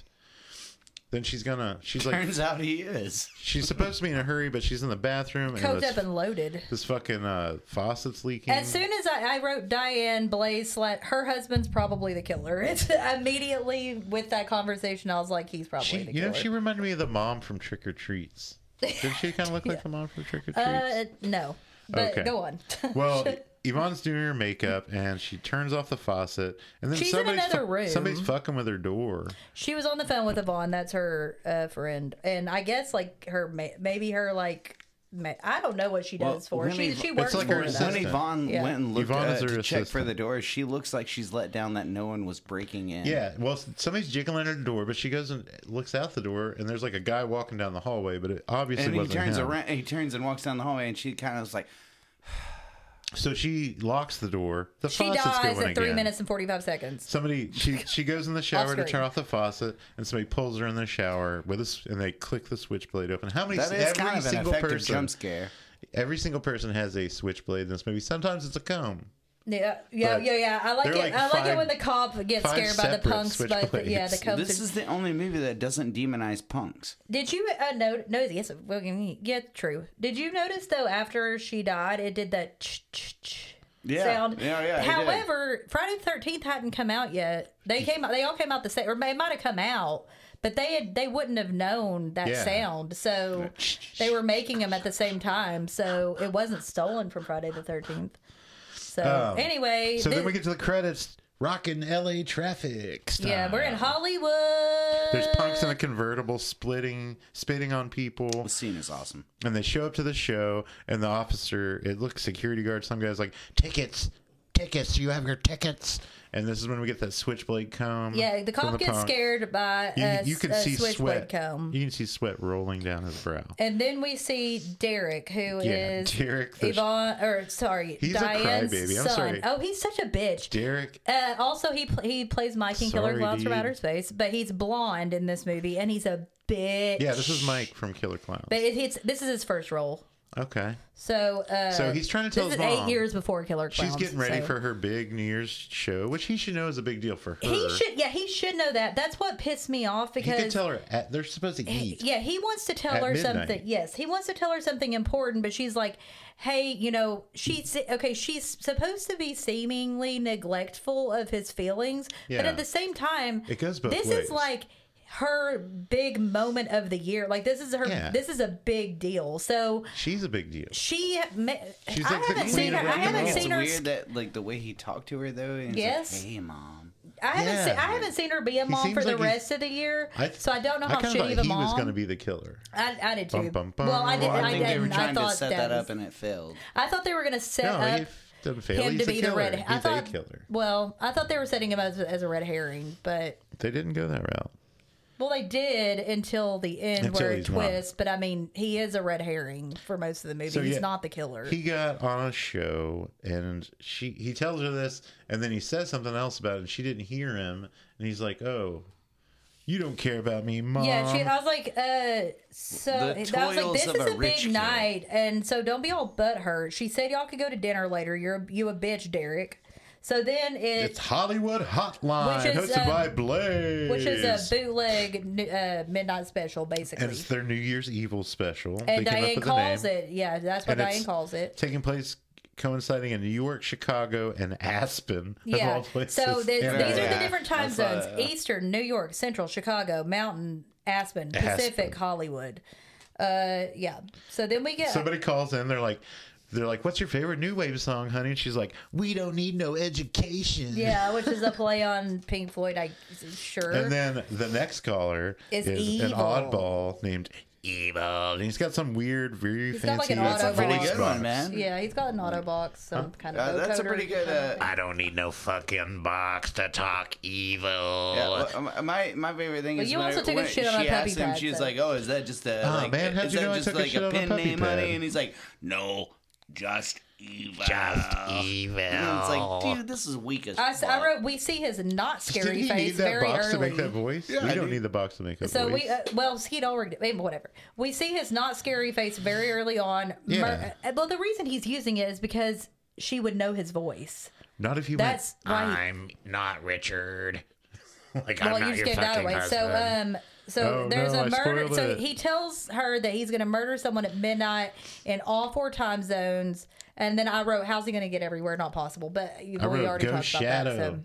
Speaker 1: then she's gonna. She's like,
Speaker 3: Turns out he is.
Speaker 1: she's supposed to be in a hurry, but she's in the bathroom, and
Speaker 2: Coked up
Speaker 1: this,
Speaker 2: and loaded.
Speaker 1: this fucking uh, faucet's leaking.
Speaker 2: As soon as I, I wrote Diane Blaze, slut, her husband's probably the killer. It's immediately with that conversation, I was like, he's probably
Speaker 1: she,
Speaker 2: the
Speaker 1: you know,
Speaker 2: killer.
Speaker 1: she reminded me of the mom from Trick or Treats. Did she kind of look like the mom from Trick or Treats?
Speaker 2: uh, no, but
Speaker 1: Okay.
Speaker 2: go on.
Speaker 1: Well, Yvonne's doing her makeup and she turns off the faucet, and then
Speaker 2: She's in
Speaker 1: somebody's
Speaker 2: another room.
Speaker 1: somebody's fucking with her door.
Speaker 2: she was on the phone with Yvonne. That's her uh, friend, and I guess like her, ma- maybe her like, ma- I don't know what she does for. her.
Speaker 3: when
Speaker 2: She
Speaker 3: Yv-
Speaker 2: she
Speaker 3: it's
Speaker 2: works
Speaker 1: like
Speaker 2: for
Speaker 1: her
Speaker 2: them.
Speaker 1: assistant.
Speaker 3: When Yvonne
Speaker 2: Yeah.
Speaker 3: went and looked
Speaker 1: Yvonne
Speaker 3: uh,
Speaker 1: is
Speaker 3: to
Speaker 1: her
Speaker 3: check for
Speaker 1: assistant.
Speaker 3: the door, she looks like she's let down that no one was breaking in.
Speaker 1: Yeah, well, s- somebody's jiggling at the door, but she goes and eh, looks out the door, and there's like a guy walking down the hallway, but it obviously
Speaker 3: And he
Speaker 1: wasn't
Speaker 3: turns
Speaker 1: him.
Speaker 3: around. He turns and walks down the hallway, and she kind of was like,
Speaker 1: So she locks the door. The
Speaker 2: She
Speaker 1: faucet's
Speaker 2: dies
Speaker 1: going
Speaker 2: at three
Speaker 1: again.
Speaker 2: minutes and forty five seconds.
Speaker 1: Somebody she she goes in the shower to
Speaker 2: screen.
Speaker 1: turn off the faucet, and somebody pulls her in the shower with us, and they click the switchblade open. How many?
Speaker 3: "That is
Speaker 1: every
Speaker 3: kind of an
Speaker 1: single
Speaker 3: effective
Speaker 1: person,
Speaker 3: jump scare."
Speaker 1: every single person has a switchblade in this movie. Sometimes it's a comb.
Speaker 2: Yeah, yeah,
Speaker 1: But
Speaker 2: yeah, yeah. I like
Speaker 1: they're
Speaker 2: it.
Speaker 1: like
Speaker 2: I like it
Speaker 1: five-
Speaker 2: when the cop gets
Speaker 1: five
Speaker 2: scared by the
Speaker 1: separate
Speaker 2: punks, Oh, but
Speaker 1: switchblades.
Speaker 2: yeah, the cops.
Speaker 3: This
Speaker 2: are-
Speaker 3: is the only movie that doesn't demonize punks.
Speaker 2: Did you uh, notice? No, yes, well, yeah, true. Did you notice though? After she died, it did that ch ch ch
Speaker 3: Yeah.
Speaker 2: sound.
Speaker 3: Yeah, yeah, it did.
Speaker 2: However, Friday the Thirteenth hadn't come out yet. They came. out- They all came out the same, or they might have come out, but they had, they wouldn't have known that
Speaker 1: Yeah.
Speaker 2: sound. So they were making them at the same time. So it wasn't stolen from Friday the Thirteenth. So anyway,
Speaker 1: Oh. So
Speaker 2: thi-
Speaker 1: then we get to the credits. Rockin' L.A. traffic.
Speaker 2: yeah,
Speaker 1: style.
Speaker 2: we're in Hollywood.
Speaker 1: Ah. There's punks in a convertible splitting, spitting on people.
Speaker 3: The scene is awesome.
Speaker 1: and they show up to the show and the officer it looks security guard some guy's like tickets tickets you have your tickets and this is when we get that switchblade comb
Speaker 2: Yeah, the
Speaker 1: from
Speaker 2: cop gets
Speaker 1: punk.
Speaker 2: scared by
Speaker 1: you,
Speaker 2: a,
Speaker 1: you can
Speaker 2: a
Speaker 1: see sweat
Speaker 2: switchblade comb.
Speaker 1: you can see sweat rolling down his brow
Speaker 2: And then we see Derek, who is
Speaker 1: Yeah, Derek the-
Speaker 2: Yvonne, or sorry,
Speaker 1: He's a
Speaker 2: Diane's
Speaker 1: crybaby. I'm
Speaker 2: son.
Speaker 1: sorry.
Speaker 2: Oh, he's such a bitch.
Speaker 1: derek
Speaker 2: uh, also, he pl- he plays Mike in Killer
Speaker 1: Sorry,
Speaker 2: Clowns from
Speaker 1: dude.
Speaker 2: Outer Space, but he's blonde in this movie, and he's a bitch.
Speaker 1: yeah this is mike from killer clown
Speaker 2: But it, it's this is his first role.
Speaker 1: Okay.
Speaker 2: So, uh,
Speaker 1: So he's trying to tell
Speaker 2: this
Speaker 1: his
Speaker 2: is
Speaker 1: mom.
Speaker 2: eight years before Killer Clowns.
Speaker 1: She's getting ready
Speaker 2: so-
Speaker 1: for her big New Year's show, which he should know is a big deal for her.
Speaker 2: He should, yeah, he should know that. That's what pissed me off
Speaker 1: He could
Speaker 2: because
Speaker 1: tell her at, they're supposed to eat.
Speaker 2: Yeah, he wants to tell
Speaker 1: At
Speaker 2: her
Speaker 1: midnight.
Speaker 2: something. Yes, he wants to tell her something important, but she's like, "Hey, you know,
Speaker 1: Mm.
Speaker 2: she's okay. She's supposed to be seemingly neglectful of his feelings, but
Speaker 1: Yeah.
Speaker 2: at the same time,
Speaker 1: It goes both
Speaker 2: this
Speaker 1: ways.
Speaker 2: is like her big moment of the year. Like this is her.
Speaker 1: Yeah.
Speaker 2: This is a big deal. So
Speaker 1: She's a big deal.
Speaker 2: she. ma-
Speaker 1: She's
Speaker 2: I
Speaker 1: like the
Speaker 2: haven't
Speaker 1: queen
Speaker 2: seen
Speaker 1: of
Speaker 2: her.
Speaker 1: rock
Speaker 2: I
Speaker 1: and
Speaker 2: haven't
Speaker 1: roll.
Speaker 3: it's
Speaker 2: seen her.
Speaker 3: weird that like the way he talked to her though. And yes.
Speaker 2: Yes.
Speaker 3: Like, hey, mom.
Speaker 2: I haven't
Speaker 1: Yeah.
Speaker 2: seen. I haven't seen her be a mom
Speaker 1: seems
Speaker 2: for the
Speaker 1: like he-
Speaker 2: rest of the year.
Speaker 1: I-
Speaker 2: so I don't know
Speaker 1: I
Speaker 2: how
Speaker 1: kinda
Speaker 2: shitty of a
Speaker 1: thought he was
Speaker 2: mom.
Speaker 1: going to be the killer.
Speaker 2: I, I did too.
Speaker 1: Bum, bum, bum.
Speaker 2: Well, I didn't.
Speaker 1: Well,
Speaker 3: Well, I,
Speaker 2: I,
Speaker 3: think they
Speaker 2: didn't.
Speaker 3: were
Speaker 2: I
Speaker 3: trying
Speaker 2: thought
Speaker 3: to set that up and it failed.
Speaker 2: I thought they were going to set
Speaker 1: No,
Speaker 2: up
Speaker 1: he doesn't fail.
Speaker 2: him
Speaker 1: He's
Speaker 2: to
Speaker 1: a
Speaker 2: be the
Speaker 1: killer.
Speaker 2: red. I
Speaker 1: He's
Speaker 2: thought,
Speaker 1: a killer.
Speaker 2: Well, I thought they were setting him up as, as a red herring, but
Speaker 1: They didn't go that route.
Speaker 2: well, they did until the end
Speaker 1: Until
Speaker 2: where it
Speaker 1: he's not.
Speaker 2: twists. But I mean, he is a red herring for most of the movie.
Speaker 1: So,
Speaker 2: he's
Speaker 1: yeah,
Speaker 2: not the killer.
Speaker 1: He got on a show and she he tells her this and then he says something else about it and she didn't hear him and he's like, "Oh, you don't care about me, mom."
Speaker 2: yeah, she, I was like, uh, so
Speaker 3: The
Speaker 2: I was like,
Speaker 3: toils
Speaker 2: this
Speaker 3: of
Speaker 2: is
Speaker 3: a
Speaker 2: a big
Speaker 3: rich kid.
Speaker 2: night, and so don't be all butthurt. She said y'all could go to dinner later. You're a, you a bitch, Derek. So then
Speaker 1: it's Hollywood Hotline
Speaker 2: Which is,
Speaker 1: hosted
Speaker 2: um,
Speaker 1: by Blaze.
Speaker 2: which is a bootleg nu- uh, midnight special, basically.
Speaker 1: and it's their New Year's Evil special. They
Speaker 2: And
Speaker 1: came up with
Speaker 2: Diane
Speaker 1: the
Speaker 2: calls
Speaker 1: name.
Speaker 2: it. Yeah, that's what
Speaker 1: And it's-
Speaker 2: Diane calls it.
Speaker 1: Taking place coinciding in New York, Chicago, and Aspen of all
Speaker 2: Yeah.
Speaker 1: places.
Speaker 2: So there's,
Speaker 1: Yeah.
Speaker 2: these are the
Speaker 3: Yeah.
Speaker 2: different time zones:
Speaker 3: That's, uh,
Speaker 2: Eastern, New York, Central, Chicago, Mountain, Aspen, Pacific,
Speaker 1: Aspen.
Speaker 2: Hollywood. Uh, yeah. So then we get
Speaker 1: Somebody calls in. They're like, they're like, "What's your favorite new wave song, honey?" And she's like, "We don't need no education."
Speaker 2: yeah, which is a play on Pink Floyd. I sure.
Speaker 1: And then the next caller
Speaker 2: Is
Speaker 1: is, an
Speaker 2: evil.
Speaker 1: oddball named Evil, and he's got some weird, very
Speaker 2: He's got, like,
Speaker 1: fancy.
Speaker 2: an
Speaker 1: voice
Speaker 2: auto
Speaker 3: Pretty good
Speaker 1: box.
Speaker 3: one, man.
Speaker 2: yeah, he's got an auto box, some kind of.
Speaker 3: Uh, that's a
Speaker 2: vocoder.
Speaker 3: pretty good. Uh,
Speaker 1: I don't need no fucking box to talk evil.
Speaker 3: Yeah, well, um, my my favorite thing
Speaker 2: But
Speaker 3: is
Speaker 2: you
Speaker 3: when
Speaker 2: also
Speaker 3: I-
Speaker 2: took a
Speaker 3: when
Speaker 2: shit
Speaker 3: she
Speaker 2: on a puppy
Speaker 3: asked him,
Speaker 2: pad,
Speaker 3: she was
Speaker 2: so-
Speaker 3: like, "Oh, is that just a
Speaker 1: Oh,
Speaker 3: like,
Speaker 1: man, how'd
Speaker 3: is
Speaker 1: you
Speaker 3: that
Speaker 1: know I
Speaker 3: just
Speaker 1: took a
Speaker 3: like
Speaker 1: shit on a
Speaker 3: pin
Speaker 1: puppy
Speaker 3: name,
Speaker 1: pad?
Speaker 3: honey?" And he's like, "No, just evil."
Speaker 1: evil.
Speaker 3: And it's uh, like, dude, this is weak as
Speaker 2: I, s- I
Speaker 3: fuck.
Speaker 2: wrote. We see his not
Speaker 1: Did
Speaker 2: scary
Speaker 1: he need
Speaker 2: face
Speaker 1: that
Speaker 2: very
Speaker 1: box
Speaker 2: early.
Speaker 1: to make that voice?
Speaker 3: Yeah,
Speaker 1: we
Speaker 3: I
Speaker 1: don't
Speaker 3: do.
Speaker 1: need the box to make that
Speaker 2: So
Speaker 1: voice.
Speaker 2: we uh, well, he'd already eh, whatever. We see his not scary face very early on.
Speaker 1: Yeah.
Speaker 2: uh, well, the reason he's using it is because she would know his voice.
Speaker 1: Not if you
Speaker 2: That's
Speaker 1: went.
Speaker 2: why. he-
Speaker 1: I'm not Richard. like
Speaker 2: well, you just gave that away. So um, so
Speaker 1: Oh,
Speaker 2: there's
Speaker 1: no,
Speaker 2: a
Speaker 1: I
Speaker 2: murder.
Speaker 1: spoiled
Speaker 2: So
Speaker 1: it.
Speaker 2: he tells her that he's going to murder someone at midnight in all four time zones. And then I wrote, "How's he going to get everywhere? Not possible." But you
Speaker 1: I
Speaker 2: we
Speaker 1: wrote
Speaker 2: already
Speaker 1: Go
Speaker 2: talked
Speaker 1: Shadow.
Speaker 2: about that. So.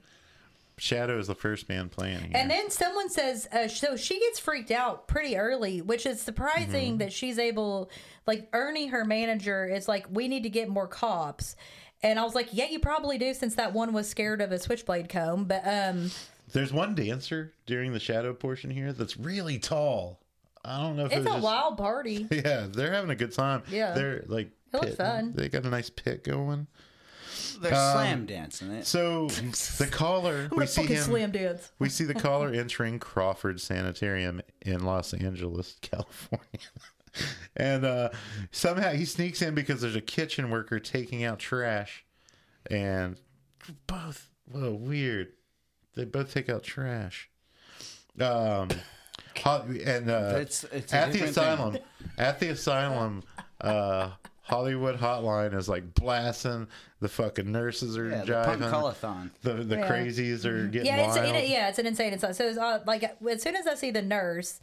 Speaker 1: Shadow is the first man playing. Here.
Speaker 2: And then someone says, uh, so she gets freaked out pretty early, which is surprising
Speaker 1: Mm-hmm.
Speaker 2: that she's able, like, Ernie, her manager, is like, we need to get more cops. And I was like, yeah, you probably do, since that one was scared of a switchblade comb. But um,
Speaker 1: There's one dancer during the shadow portion here that's really tall. I don't know if it
Speaker 2: it's
Speaker 1: was
Speaker 2: a
Speaker 1: just-
Speaker 2: wild party.
Speaker 1: Yeah, they're having a good time.
Speaker 2: Yeah.
Speaker 1: they're like
Speaker 2: It looks
Speaker 1: pitting.
Speaker 2: fun.
Speaker 1: They got a nice pit going.
Speaker 3: They're slam dancing it.
Speaker 1: Um, So the caller,
Speaker 2: I'm
Speaker 1: we
Speaker 2: gonna
Speaker 1: see
Speaker 2: fucking
Speaker 1: him.
Speaker 2: slam dance.
Speaker 1: We see the caller entering Crawford Sanitarium in Los Angeles, California. and uh, somehow he sneaks in because there's a kitchen worker taking out trash. And both, whoa, weird. They both take out trash. Um, ho- and uh,
Speaker 3: It's- it's a
Speaker 1: at the
Speaker 3: different
Speaker 1: asylum, at the asylum, uh, Hollywood Hotline is like blasting. The fucking nurses are
Speaker 3: Yeah, the punk
Speaker 1: jiving.
Speaker 3: colathon.
Speaker 1: The, the,
Speaker 2: Yeah.
Speaker 1: crazies are getting
Speaker 2: Yeah, it's,
Speaker 1: wild.
Speaker 2: it, yeah, it's an insane inside. So it's uh, like as soon as I see the nurse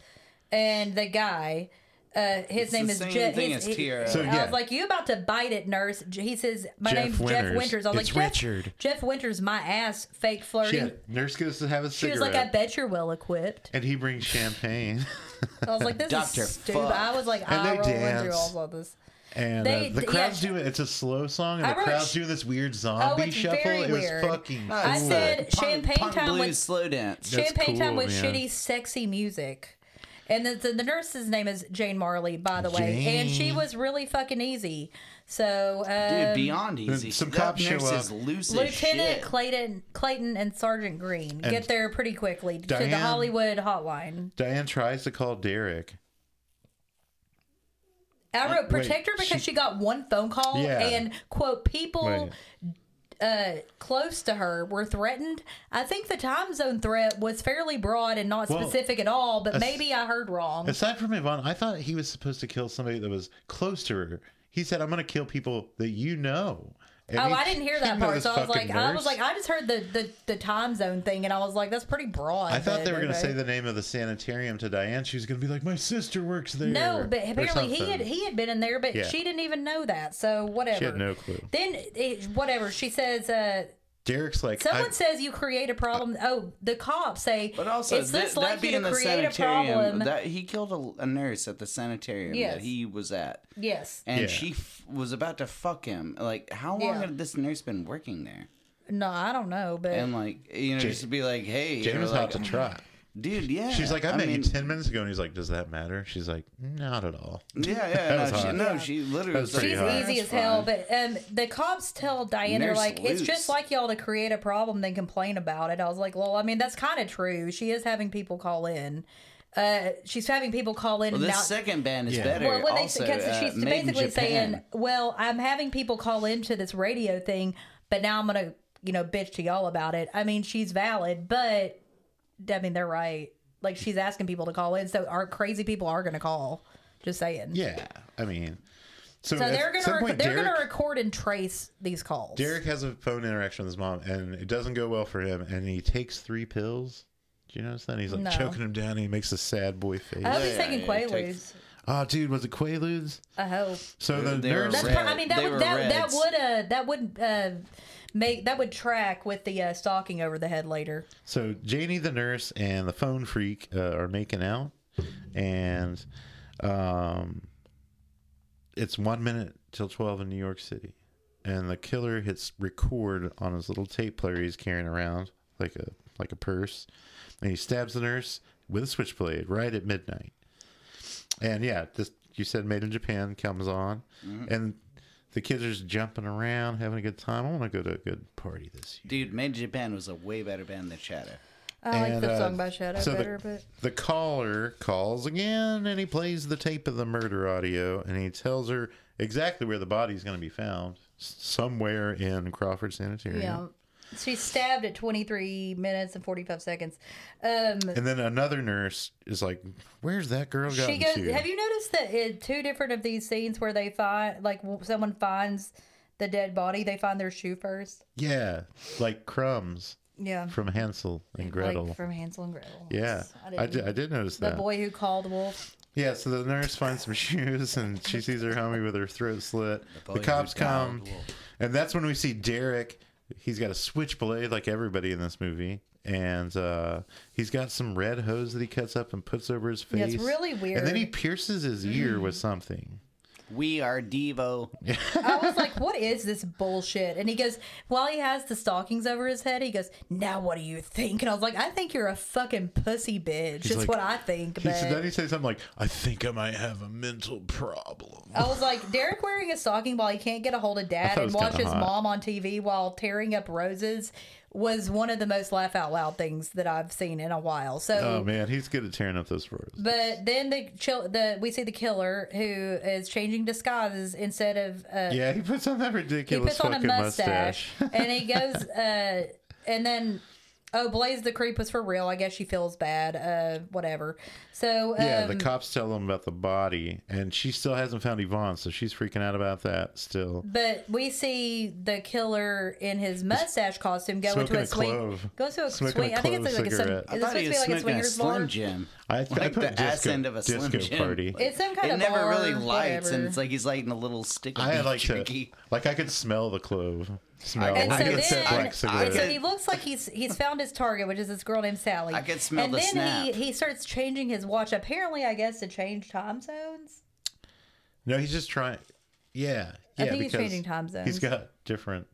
Speaker 2: and the guy, uh, his
Speaker 3: It's
Speaker 2: name
Speaker 3: the
Speaker 2: is
Speaker 3: same
Speaker 2: Jeff.
Speaker 3: thing
Speaker 2: his-
Speaker 3: as
Speaker 2: he-
Speaker 3: Tierra.
Speaker 1: So,
Speaker 2: I
Speaker 1: yeah.
Speaker 2: was like, "You about to bite it, nurse?" J- He says, "My
Speaker 1: Jeff
Speaker 2: name's Jeff
Speaker 1: Winters.
Speaker 2: Winters." I was
Speaker 1: It's
Speaker 2: like, Jeff,
Speaker 1: Richard."
Speaker 2: Jeff Winters, my ass, fake flirting."
Speaker 1: Yeah, nurse goes to have a
Speaker 2: She was
Speaker 1: cigarette.
Speaker 2: like, "I bet you're well equipped."
Speaker 1: and he brings champagne.
Speaker 2: I was like, "This
Speaker 3: Doctor,
Speaker 2: is stupid."
Speaker 3: fuck.
Speaker 2: I was like,
Speaker 1: And
Speaker 2: "I
Speaker 1: they
Speaker 2: rolling through
Speaker 1: dance.
Speaker 2: all of this."
Speaker 1: And
Speaker 2: They-
Speaker 1: uh, the
Speaker 2: yeah.
Speaker 1: crowd's do it. It's a slow song, and
Speaker 2: I
Speaker 1: the
Speaker 2: wrote
Speaker 1: crowd's
Speaker 2: sh- Oh,
Speaker 1: doing this weird zombie
Speaker 2: it's
Speaker 1: shuffle.
Speaker 2: very
Speaker 1: it was
Speaker 2: weird.
Speaker 1: fucking.
Speaker 2: I
Speaker 1: cool.
Speaker 2: said-
Speaker 3: Punk-
Speaker 2: champagne
Speaker 3: punk
Speaker 2: time
Speaker 3: blues
Speaker 2: with-
Speaker 3: slow dance.
Speaker 1: That's
Speaker 2: Champagne time
Speaker 1: cool,
Speaker 2: with
Speaker 1: man.
Speaker 2: shitty, sexy music. And the, the, the nurse's name is Jane Marley, by the way. And she
Speaker 1: Jane.
Speaker 2: was really fucking easy. So,
Speaker 3: Dude,
Speaker 2: um,
Speaker 3: beyond easy.
Speaker 1: some
Speaker 3: That
Speaker 1: cops show
Speaker 3: nurse is
Speaker 1: up.
Speaker 3: loose as
Speaker 2: Lieutenant
Speaker 3: shit.
Speaker 2: Clayton, Clayton and Sergeant Green get there pretty quickly to the
Speaker 1: Diane-
Speaker 2: Hollywood hotline.
Speaker 1: Diane tries to call Derek.
Speaker 2: I wrote
Speaker 1: Uh, wait,
Speaker 2: protect her because she, got one phone call
Speaker 1: Yeah.
Speaker 2: and quote people
Speaker 1: Wait.
Speaker 2: uh, close to her were threatened. I think the time zone threat was fairly broad and not
Speaker 1: Well,
Speaker 2: specific at all, but maybe I heard wrong.
Speaker 1: Aside from Yvonne, I thought he was supposed to kill somebody that was close to her. He said, "I'm going to kill people that you know." And
Speaker 2: Oh,
Speaker 1: he-
Speaker 2: I didn't hear
Speaker 1: he
Speaker 2: that
Speaker 1: knew
Speaker 2: part.
Speaker 1: this
Speaker 2: So I was like,
Speaker 1: fucking
Speaker 2: I was
Speaker 1: nurse.
Speaker 2: like, I just heard the, the the time zone thing, and I was like, that's pretty broad.
Speaker 1: I thought
Speaker 2: but
Speaker 1: they were going to
Speaker 2: okay.
Speaker 1: say the name of the sanitarium to Diane. She was going to be like, "My sister works there."
Speaker 2: No, but
Speaker 1: or
Speaker 2: apparently he
Speaker 1: something.
Speaker 2: had he had been in there, but
Speaker 1: Yeah.
Speaker 2: she didn't even know that. So whatever.
Speaker 1: She had no clue.
Speaker 2: Then it, whatever she says. uh
Speaker 1: Derek's like,
Speaker 2: Someone
Speaker 1: I,
Speaker 2: says you create a problem. oh, the cops say.
Speaker 3: But also,
Speaker 2: it's this
Speaker 3: thi- that
Speaker 2: likely
Speaker 3: being
Speaker 2: to
Speaker 3: the
Speaker 2: create a
Speaker 3: sanitarium,
Speaker 2: problem.
Speaker 3: that he killed a, a nurse at the sanitarium
Speaker 2: Yes.
Speaker 3: that he was at,
Speaker 2: yes.
Speaker 3: and
Speaker 1: Yeah.
Speaker 3: she f- was about to fuck him. Like, how long
Speaker 2: Yeah.
Speaker 3: had this nurse been working there?
Speaker 2: No, I don't know, but
Speaker 3: And like, you know, just to be like, hey, you know,
Speaker 1: James
Speaker 3: like,
Speaker 1: had to try.
Speaker 3: dude, yeah.
Speaker 1: She's like, I, met you
Speaker 3: mean,
Speaker 1: ten minutes ago, and he's like, "Does that matter?" She's like, "Not at all."
Speaker 3: Yeah, yeah.
Speaker 1: was
Speaker 3: no, she,
Speaker 1: hot.
Speaker 3: no, she literally.
Speaker 1: was
Speaker 3: was
Speaker 1: pretty
Speaker 3: like,
Speaker 2: she's
Speaker 1: hard.
Speaker 2: easy as
Speaker 3: "That's
Speaker 2: hell.
Speaker 3: fine."
Speaker 2: But um, the cops tell Diane they're
Speaker 3: Nurse
Speaker 2: like, it's
Speaker 3: Luce.
Speaker 2: just like y'all to create a problem then complain about it. I was like, well, I mean that's kind of true. She is having people call in. Uh, she's having people call in.
Speaker 3: Well,
Speaker 2: and
Speaker 3: this
Speaker 2: not,
Speaker 3: second band is
Speaker 1: Yeah.
Speaker 3: better.
Speaker 2: Well, what
Speaker 3: also,
Speaker 2: they because
Speaker 3: uh,
Speaker 2: she's
Speaker 3: made in
Speaker 2: basically
Speaker 3: Japan.
Speaker 2: saying, "Well, I'm having people call into this radio thing, but now I'm gonna, you know, bitch to y'all about it." I mean, she's valid, but I mean, they're right. Like she's asking people to call in, so our crazy people are gonna call. Just saying.
Speaker 1: Yeah, I mean, so,
Speaker 2: So
Speaker 1: at
Speaker 2: they're
Speaker 1: some
Speaker 2: gonna rec-
Speaker 1: point,
Speaker 2: they're
Speaker 1: Derek,
Speaker 2: gonna record and trace these calls.
Speaker 1: Derek has a phone interaction with his mom, and it doesn't go well for him, and he takes three pills. Do you notice that? He's like
Speaker 2: No.
Speaker 1: choking him down, and he makes a sad boy face.
Speaker 2: I hope
Speaker 3: Yeah,
Speaker 2: he's taking
Speaker 3: yeah, it
Speaker 2: Quaaludes.
Speaker 3: takes-
Speaker 1: oh, dude, was it Quaaludes?
Speaker 2: I hope.
Speaker 1: So the
Speaker 3: They were
Speaker 1: nurse,
Speaker 2: That's
Speaker 3: Red.
Speaker 2: pro- I mean that
Speaker 3: They were
Speaker 2: would that, that
Speaker 3: reds.
Speaker 2: would uh that would uh make that would track with the uh, stalking over the head later.
Speaker 1: so Janie the nurse and the phone freak uh, are making out, and um, it's one minute till twelve in New York City, and the killer hits record on his little tape player he's carrying around like a like a purse, and he stabs the nurse with a switchblade right at midnight. And yeah, this you said made in Japan comes on, and the kids are just jumping around, having a good time. I want to go to a good party this year.
Speaker 3: Dude, Made in Japan was a way better band than Shadow.
Speaker 2: I like
Speaker 1: And,
Speaker 2: the
Speaker 1: uh,
Speaker 2: song by Shadow
Speaker 1: so the-
Speaker 2: better, but
Speaker 1: The caller calls again and he plays the tape of the murder audio and he tells her exactly where the body's going to be found S- somewhere in Crawford Sanitarium.
Speaker 2: Yeah. She's stabbed at 23 minutes and 45 seconds. Um,
Speaker 1: And then another nurse is like, Where's that girl
Speaker 2: she
Speaker 1: gotten
Speaker 2: goes.
Speaker 1: to?
Speaker 2: Have you noticed that in two different of these scenes where they find, like, w- someone finds the dead body, they find their shoe first?
Speaker 1: yeah, like crumbs
Speaker 2: Yeah.
Speaker 1: from Hansel and Gretel.
Speaker 2: Like from Hansel and Gretel.
Speaker 1: yeah,
Speaker 2: I
Speaker 1: I
Speaker 2: didn't-
Speaker 1: did, I did notice
Speaker 2: The
Speaker 1: that.
Speaker 2: boy who called wolf.
Speaker 1: Yeah, so the nurse finds some shoes and she sees her homie with her throat slit. The,
Speaker 3: boy
Speaker 1: cops
Speaker 3: who dialed
Speaker 1: come,
Speaker 3: wolf.
Speaker 1: and that's when we see Derek. He's got a switchblade like everybody in this movie, and uh, he's got some red hose that he cuts up and puts over his face.
Speaker 2: Yeah, it's really
Speaker 1: And then
Speaker 2: weird. Mm-hmm.
Speaker 1: he pierces his ear with something.
Speaker 3: We are Devo.
Speaker 2: I was like, what is this bullshit? And he goes, while he has the stockings over his head, he goes, now what do you think? And I was like, I think you're a fucking pussy bitch. That's
Speaker 1: like-
Speaker 2: what I think.
Speaker 1: He
Speaker 2: But...
Speaker 1: said, then he says something like, "I think I might have a mental problem."
Speaker 2: I was like, Derek wearing a stocking while he can't get a hold of
Speaker 1: I
Speaker 2: dad
Speaker 1: thought it
Speaker 2: and
Speaker 1: was
Speaker 2: watch
Speaker 1: kinda
Speaker 2: his
Speaker 1: hot.
Speaker 2: mom on TV while tearing up roses was one of the most laugh out loud things that I've seen in a while. So,
Speaker 1: Oh man, he's good at tearing up those words.
Speaker 2: but then the chill, the we see the killer who is changing disguises instead of uh,
Speaker 1: Yeah, he puts on that
Speaker 2: he
Speaker 1: ridiculous
Speaker 2: puts on a
Speaker 1: fucking
Speaker 2: mustache,
Speaker 1: mustache.
Speaker 2: and he goes uh, and then. Oh, Blaze the creep was for real. I guess she feels bad. Uh, whatever. So um,
Speaker 1: Yeah, the cops tell them about the body, and she still hasn't found Yvonne, so she's freaking out about that still.
Speaker 2: But we see the killer in his mustache costume go into
Speaker 1: Smoking
Speaker 2: a
Speaker 1: a
Speaker 2: swing.
Speaker 1: clove.
Speaker 2: Goes to a
Speaker 1: Smoking a
Speaker 2: swing. I think it's
Speaker 1: clove
Speaker 2: like a swing. Is
Speaker 1: cigarette.
Speaker 2: it
Speaker 1: I
Speaker 3: I
Speaker 2: supposed
Speaker 3: thought
Speaker 2: to
Speaker 3: he
Speaker 2: be
Speaker 3: was
Speaker 2: like a
Speaker 3: smoking a
Speaker 2: swingers bar?
Speaker 3: Slim Jim.
Speaker 1: I, I
Speaker 3: Like
Speaker 1: put
Speaker 3: the ass
Speaker 1: disco-
Speaker 3: end of a Slim
Speaker 1: disco
Speaker 3: Jim.
Speaker 1: party.
Speaker 3: Like,
Speaker 2: It's some kind
Speaker 3: it
Speaker 2: of
Speaker 3: never
Speaker 2: bar,
Speaker 3: really lights, and
Speaker 2: whatever.
Speaker 3: it's like he's lighting a little stick of
Speaker 1: I like to,
Speaker 3: jerky.
Speaker 1: like I could smell the clove smell.
Speaker 3: could-
Speaker 2: And
Speaker 1: Oh, I
Speaker 2: so
Speaker 1: could
Speaker 3: get
Speaker 1: smell
Speaker 3: that
Speaker 2: then,
Speaker 1: black
Speaker 3: I
Speaker 1: cigarette.
Speaker 2: so
Speaker 3: could-
Speaker 2: he looks like he's he's found his target, which is this girl named Sally.
Speaker 3: I could smell
Speaker 2: and
Speaker 3: the
Speaker 2: then
Speaker 3: snap.
Speaker 2: he he starts changing his watch. Apparently, I guess to change time zones.
Speaker 1: no, he's just trying. Yeah, yeah.
Speaker 2: I think he's
Speaker 1: because
Speaker 2: changing time
Speaker 1: He's
Speaker 2: zones.
Speaker 1: got different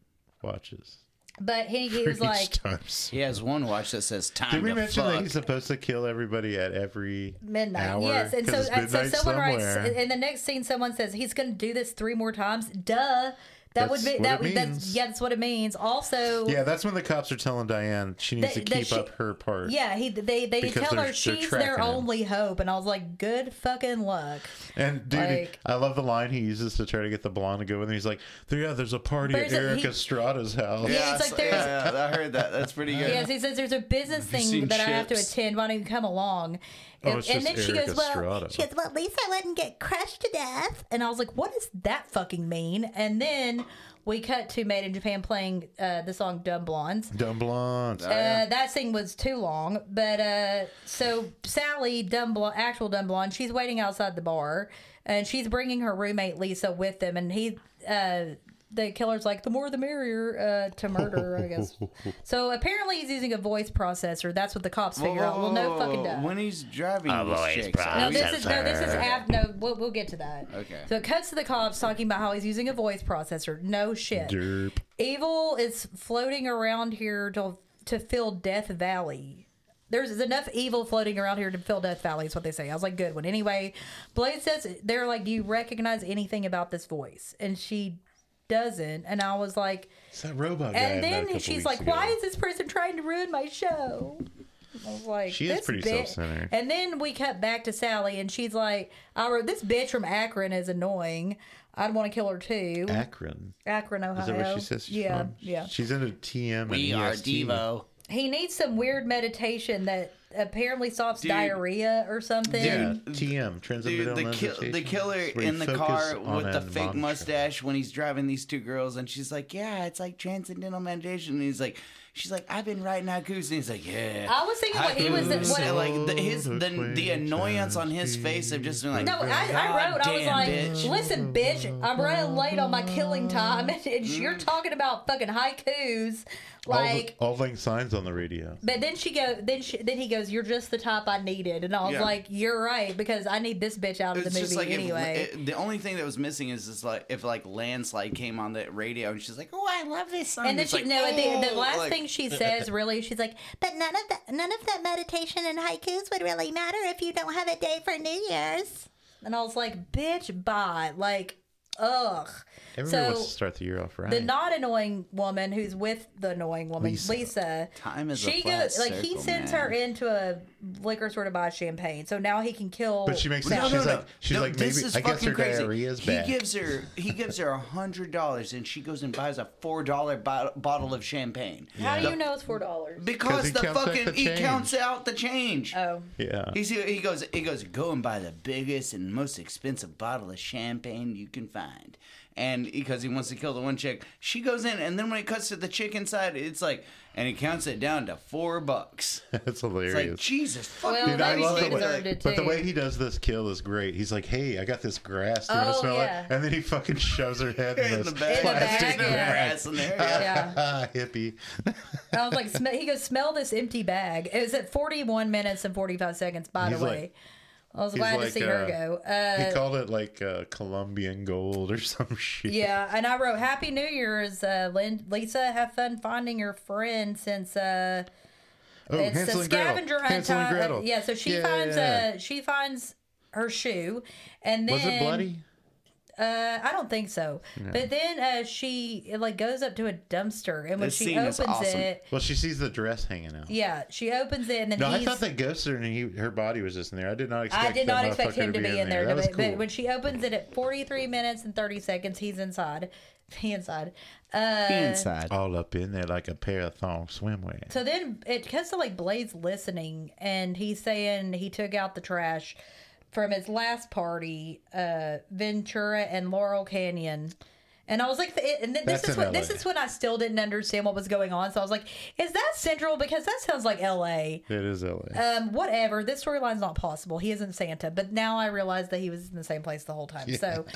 Speaker 1: watches.
Speaker 2: But he, he
Speaker 1: for
Speaker 2: was
Speaker 1: each
Speaker 2: like,
Speaker 1: time.
Speaker 3: He has one watch that says time
Speaker 1: Did we
Speaker 3: to
Speaker 1: mention
Speaker 3: fuck.
Speaker 1: that he's supposed to kill everybody at every
Speaker 2: midnight.
Speaker 1: Hour,
Speaker 2: yes, and
Speaker 1: 'Cause
Speaker 2: so,
Speaker 1: it's
Speaker 2: and so
Speaker 1: midnight
Speaker 2: someone
Speaker 1: somewhere.
Speaker 2: writes in the next scene. Someone says he's going to do this three more times. Duh. That
Speaker 1: That's
Speaker 2: would be
Speaker 1: what
Speaker 2: that
Speaker 1: it
Speaker 2: would that's
Speaker 1: means.
Speaker 2: yeah, that's what it means. Also,
Speaker 1: Yeah, that's when the cops are telling Diane she needs
Speaker 2: That-
Speaker 1: to
Speaker 2: that
Speaker 1: keep
Speaker 2: she-
Speaker 1: up her part.
Speaker 2: yeah, he they they
Speaker 1: Because
Speaker 2: tell
Speaker 1: they're-
Speaker 2: her
Speaker 1: they're
Speaker 2: she's
Speaker 1: tracking
Speaker 2: their
Speaker 1: him.
Speaker 2: only hope, and I was like, good fucking luck.
Speaker 1: And dude,
Speaker 2: Like-
Speaker 1: I love the line he uses to try to get the blonde to go with him. He's like, "Yeah, there's a party
Speaker 2: There's a-
Speaker 1: at Eric
Speaker 2: he-
Speaker 1: Estrada's house."
Speaker 2: Yeah, it's
Speaker 3: Yes,
Speaker 2: like there's-
Speaker 3: yeah, yeah, I heard that. That's pretty good.
Speaker 2: Yes, he says there's a business
Speaker 3: seen
Speaker 2: thing that I have to
Speaker 3: Chips?
Speaker 2: attend. Why don't you come along? And,
Speaker 1: Oh, it's
Speaker 2: and
Speaker 1: just
Speaker 2: then she
Speaker 1: Eric
Speaker 2: goes, well,
Speaker 1: Estrada.
Speaker 2: she goes, well, at least I wouldn't get crushed to death. And I was like, what does that fucking mean? And then we cut to Made in Japan playing uh, the song Dumb Blondes.
Speaker 1: Dumb blondes.
Speaker 3: yeah.
Speaker 2: Uh, that thing was too long, but uh, so Sally, dumb blonde, actual dumb blonde, she's waiting outside the bar, and she's bringing her roommate Lisa with them, and he, uh, the killer's like, the more the merrier uh, to murder, I guess. So apparently he's using a voice processor. That's what the cops
Speaker 3: Whoa,
Speaker 2: figure out. uh, Well,
Speaker 3: whoa,
Speaker 2: no fucking
Speaker 3: whoa,
Speaker 2: duh.
Speaker 3: When he's driving,
Speaker 4: I've
Speaker 3: these
Speaker 4: always
Speaker 3: chicks,
Speaker 4: proud.
Speaker 3: are
Speaker 2: No,
Speaker 3: we-
Speaker 2: this is no, this is ab- no. We'll, we'll get to that.
Speaker 3: Okay.
Speaker 2: So it cuts to the cops talking about how he's using a voice processor. No shit.
Speaker 1: Derp.
Speaker 2: Evil is floating around here to to fill Death Valley. There's enough evil floating around here to fill Death Valley, is what they say. I was like, good one. Anyway, Blade says, they're like, do you recognize anything about this voice? And she doesn't. And I was like,
Speaker 1: It's that robot guy. I met
Speaker 2: and
Speaker 1: a
Speaker 2: then
Speaker 1: couple
Speaker 2: she's
Speaker 1: weeks
Speaker 2: like,
Speaker 1: ago.
Speaker 2: why is this person trying to ruin my show? I was like,
Speaker 1: She is
Speaker 2: this
Speaker 1: pretty
Speaker 2: bitch-
Speaker 1: self-centered.
Speaker 2: And then we cut back to Sally, and she's like, I wrote, this bitch from Akron is annoying. I'd want to kill her too.
Speaker 1: Akron?
Speaker 2: Akron, Ohio.
Speaker 1: Is that where she says? She's
Speaker 2: yeah,
Speaker 1: from?
Speaker 2: yeah.
Speaker 1: She's in a TM. and
Speaker 3: We
Speaker 1: E
Speaker 3: are
Speaker 1: EST.
Speaker 3: Devo.
Speaker 2: He needs some weird meditation that apparently stops
Speaker 3: Dude.
Speaker 2: diarrhea or something.
Speaker 1: Yeah,
Speaker 3: Dude,
Speaker 1: TM. Transmitted
Speaker 3: Dude, the, kill, the killer in the car with the fake mustache when he's driving these two girls, and she's like, "Yeah, it's like transcendental meditation." And he's like, "She's like, I've been writing haikus," and he's like, "Yeah."
Speaker 2: I was thinking what he was.
Speaker 3: Haikus.
Speaker 2: What,
Speaker 3: And, like the, his
Speaker 1: Oh,
Speaker 3: the, the annoyance on his face of just being like,
Speaker 2: No, I, I wrote. I was
Speaker 3: "Goddamn,
Speaker 2: like,
Speaker 3: bitch."
Speaker 2: "Listen, bitch, I'm running late on my killing time, and you're
Speaker 3: Mm-hmm.
Speaker 2: talking about fucking haikus." Like,
Speaker 1: all, the, all signs on the radio.
Speaker 2: but then she go, then she, then he goes, "You're just the type I needed," and I was
Speaker 3: Yeah.
Speaker 2: like, "You're right," because I need this bitch out of the
Speaker 3: It's
Speaker 2: movie
Speaker 3: just like if-
Speaker 2: anyway.
Speaker 3: it- the only thing that was missing is just like if like landslide came on the radio and she's like, "Oh, I love this song."
Speaker 2: and then
Speaker 3: It's
Speaker 2: she
Speaker 3: like,
Speaker 2: no, the, the
Speaker 3: "Oh,"
Speaker 2: last
Speaker 3: like-
Speaker 2: thing she says really, she's like,
Speaker 5: But none of that, none of that meditation and haikus would really matter if you don't have a day for New Year's.
Speaker 2: and I was like, "Bitch, bye!" Like, ugh.
Speaker 1: Everyone
Speaker 2: so
Speaker 1: wants to start the year off right.
Speaker 2: the not annoying woman who's with the annoying woman,
Speaker 1: Lisa.
Speaker 2: Lisa.
Speaker 3: Time is a
Speaker 2: she
Speaker 3: flat
Speaker 2: goes like he
Speaker 3: circle,
Speaker 2: sends
Speaker 3: man.
Speaker 2: her into a liquor store to buy champagne, so now he can kill.
Speaker 1: But she makes
Speaker 2: Sally.
Speaker 1: it- she's like- she's like,
Speaker 3: this
Speaker 1: maybe-
Speaker 3: is
Speaker 1: I guess
Speaker 3: fucking
Speaker 1: her diarrhea is bad.
Speaker 3: He gives her he gives her a hundred dollars, and she goes and buys a four dollar bo- bottle of champagne
Speaker 2: How do you know it's four dollars?
Speaker 1: Because he
Speaker 3: because the
Speaker 1: counts out
Speaker 3: fucking
Speaker 1: the
Speaker 3: he
Speaker 1: change.
Speaker 3: counts out the change.
Speaker 2: Oh,
Speaker 1: yeah.
Speaker 3: He's, he goes. He goes. Go and buy the biggest and most expensive bottle of champagne you can find, and because he wants to kill the one chick, she goes in, and then when it cuts to the chick inside, it's like, and he counts it down to four bucks.
Speaker 1: That's
Speaker 3: It's like
Speaker 1: hilarious.
Speaker 3: Jesus fucking.
Speaker 2: Well, Dude,
Speaker 1: I
Speaker 2: I maybe
Speaker 1: love
Speaker 2: she
Speaker 1: the
Speaker 3: Christ.
Speaker 2: deserved
Speaker 1: way,
Speaker 2: it
Speaker 1: but the
Speaker 2: too.
Speaker 1: way he does this kill is great. He's like, "Hey, I got this grass. Do you want
Speaker 2: Oh,
Speaker 1: to smell
Speaker 2: yeah.
Speaker 1: it?" And then he fucking shoves her head in,
Speaker 3: in
Speaker 1: this
Speaker 3: the bag,
Speaker 1: plastic Uh,
Speaker 2: bag, yeah.
Speaker 3: grass in there. yeah.
Speaker 2: yeah.
Speaker 1: hippie.
Speaker 2: I was like, sm- he goes, smell this empty bag. It was at 41 minutes and 45 seconds, by the
Speaker 1: He's like-
Speaker 2: way. I was
Speaker 1: he's
Speaker 2: glad
Speaker 1: like,
Speaker 2: to see
Speaker 1: uh,
Speaker 2: her go.
Speaker 1: he
Speaker 2: Uh,
Speaker 1: called it like uh, Colombian gold or some shit.
Speaker 2: yeah, and I wrote, Happy New Year's, uh, Lin- Lisa. Have fun finding your friend since uh,
Speaker 1: Oh,
Speaker 2: it's
Speaker 1: Hansel
Speaker 2: a
Speaker 1: and Gretel.
Speaker 2: scavenger hunt
Speaker 1: Hansel and
Speaker 2: time.
Speaker 1: Gretel.
Speaker 2: Uh, yeah, so she
Speaker 1: Yeah,
Speaker 2: finds
Speaker 1: yeah.
Speaker 2: Uh, she finds her shoe, and then
Speaker 1: Was it bloody?
Speaker 2: Uh, I don't think so. But then uh, she it, like goes up to a dumpster, and when
Speaker 3: This
Speaker 2: she
Speaker 3: scene
Speaker 2: opens
Speaker 3: is awesome.
Speaker 2: it,
Speaker 1: Well, she sees the dress hanging out.
Speaker 2: yeah, she opens it, and then
Speaker 1: No, I
Speaker 2: he's.
Speaker 1: thought that ghosted her and he, her body was just in there. I did not expect.
Speaker 2: I did
Speaker 1: that
Speaker 2: not expect
Speaker 1: motherfucker
Speaker 2: him to be in there,
Speaker 1: That was
Speaker 2: but, but
Speaker 1: cool.
Speaker 2: when she opens it at 43 minutes and 30 seconds, he's inside. He inside. Uh,
Speaker 3: Oh,
Speaker 1: all up in there like a pair of thong swimwear.
Speaker 2: So then it cuts to like Blade's listening, and he's saying he took out the trash from his last party, uh, Ventura and Laurel Canyon. And I was like, it- and th- this
Speaker 1: That's
Speaker 2: is
Speaker 1: in
Speaker 2: what this
Speaker 1: LA.
Speaker 2: is when I still didn't understand what was going on. So I was like, is that central? Because that sounds like L.A.
Speaker 1: It is LA.
Speaker 2: Um, whatever. This storyline's not possible. He isn't Santa, but now I realize that he was in the same place the whole time. So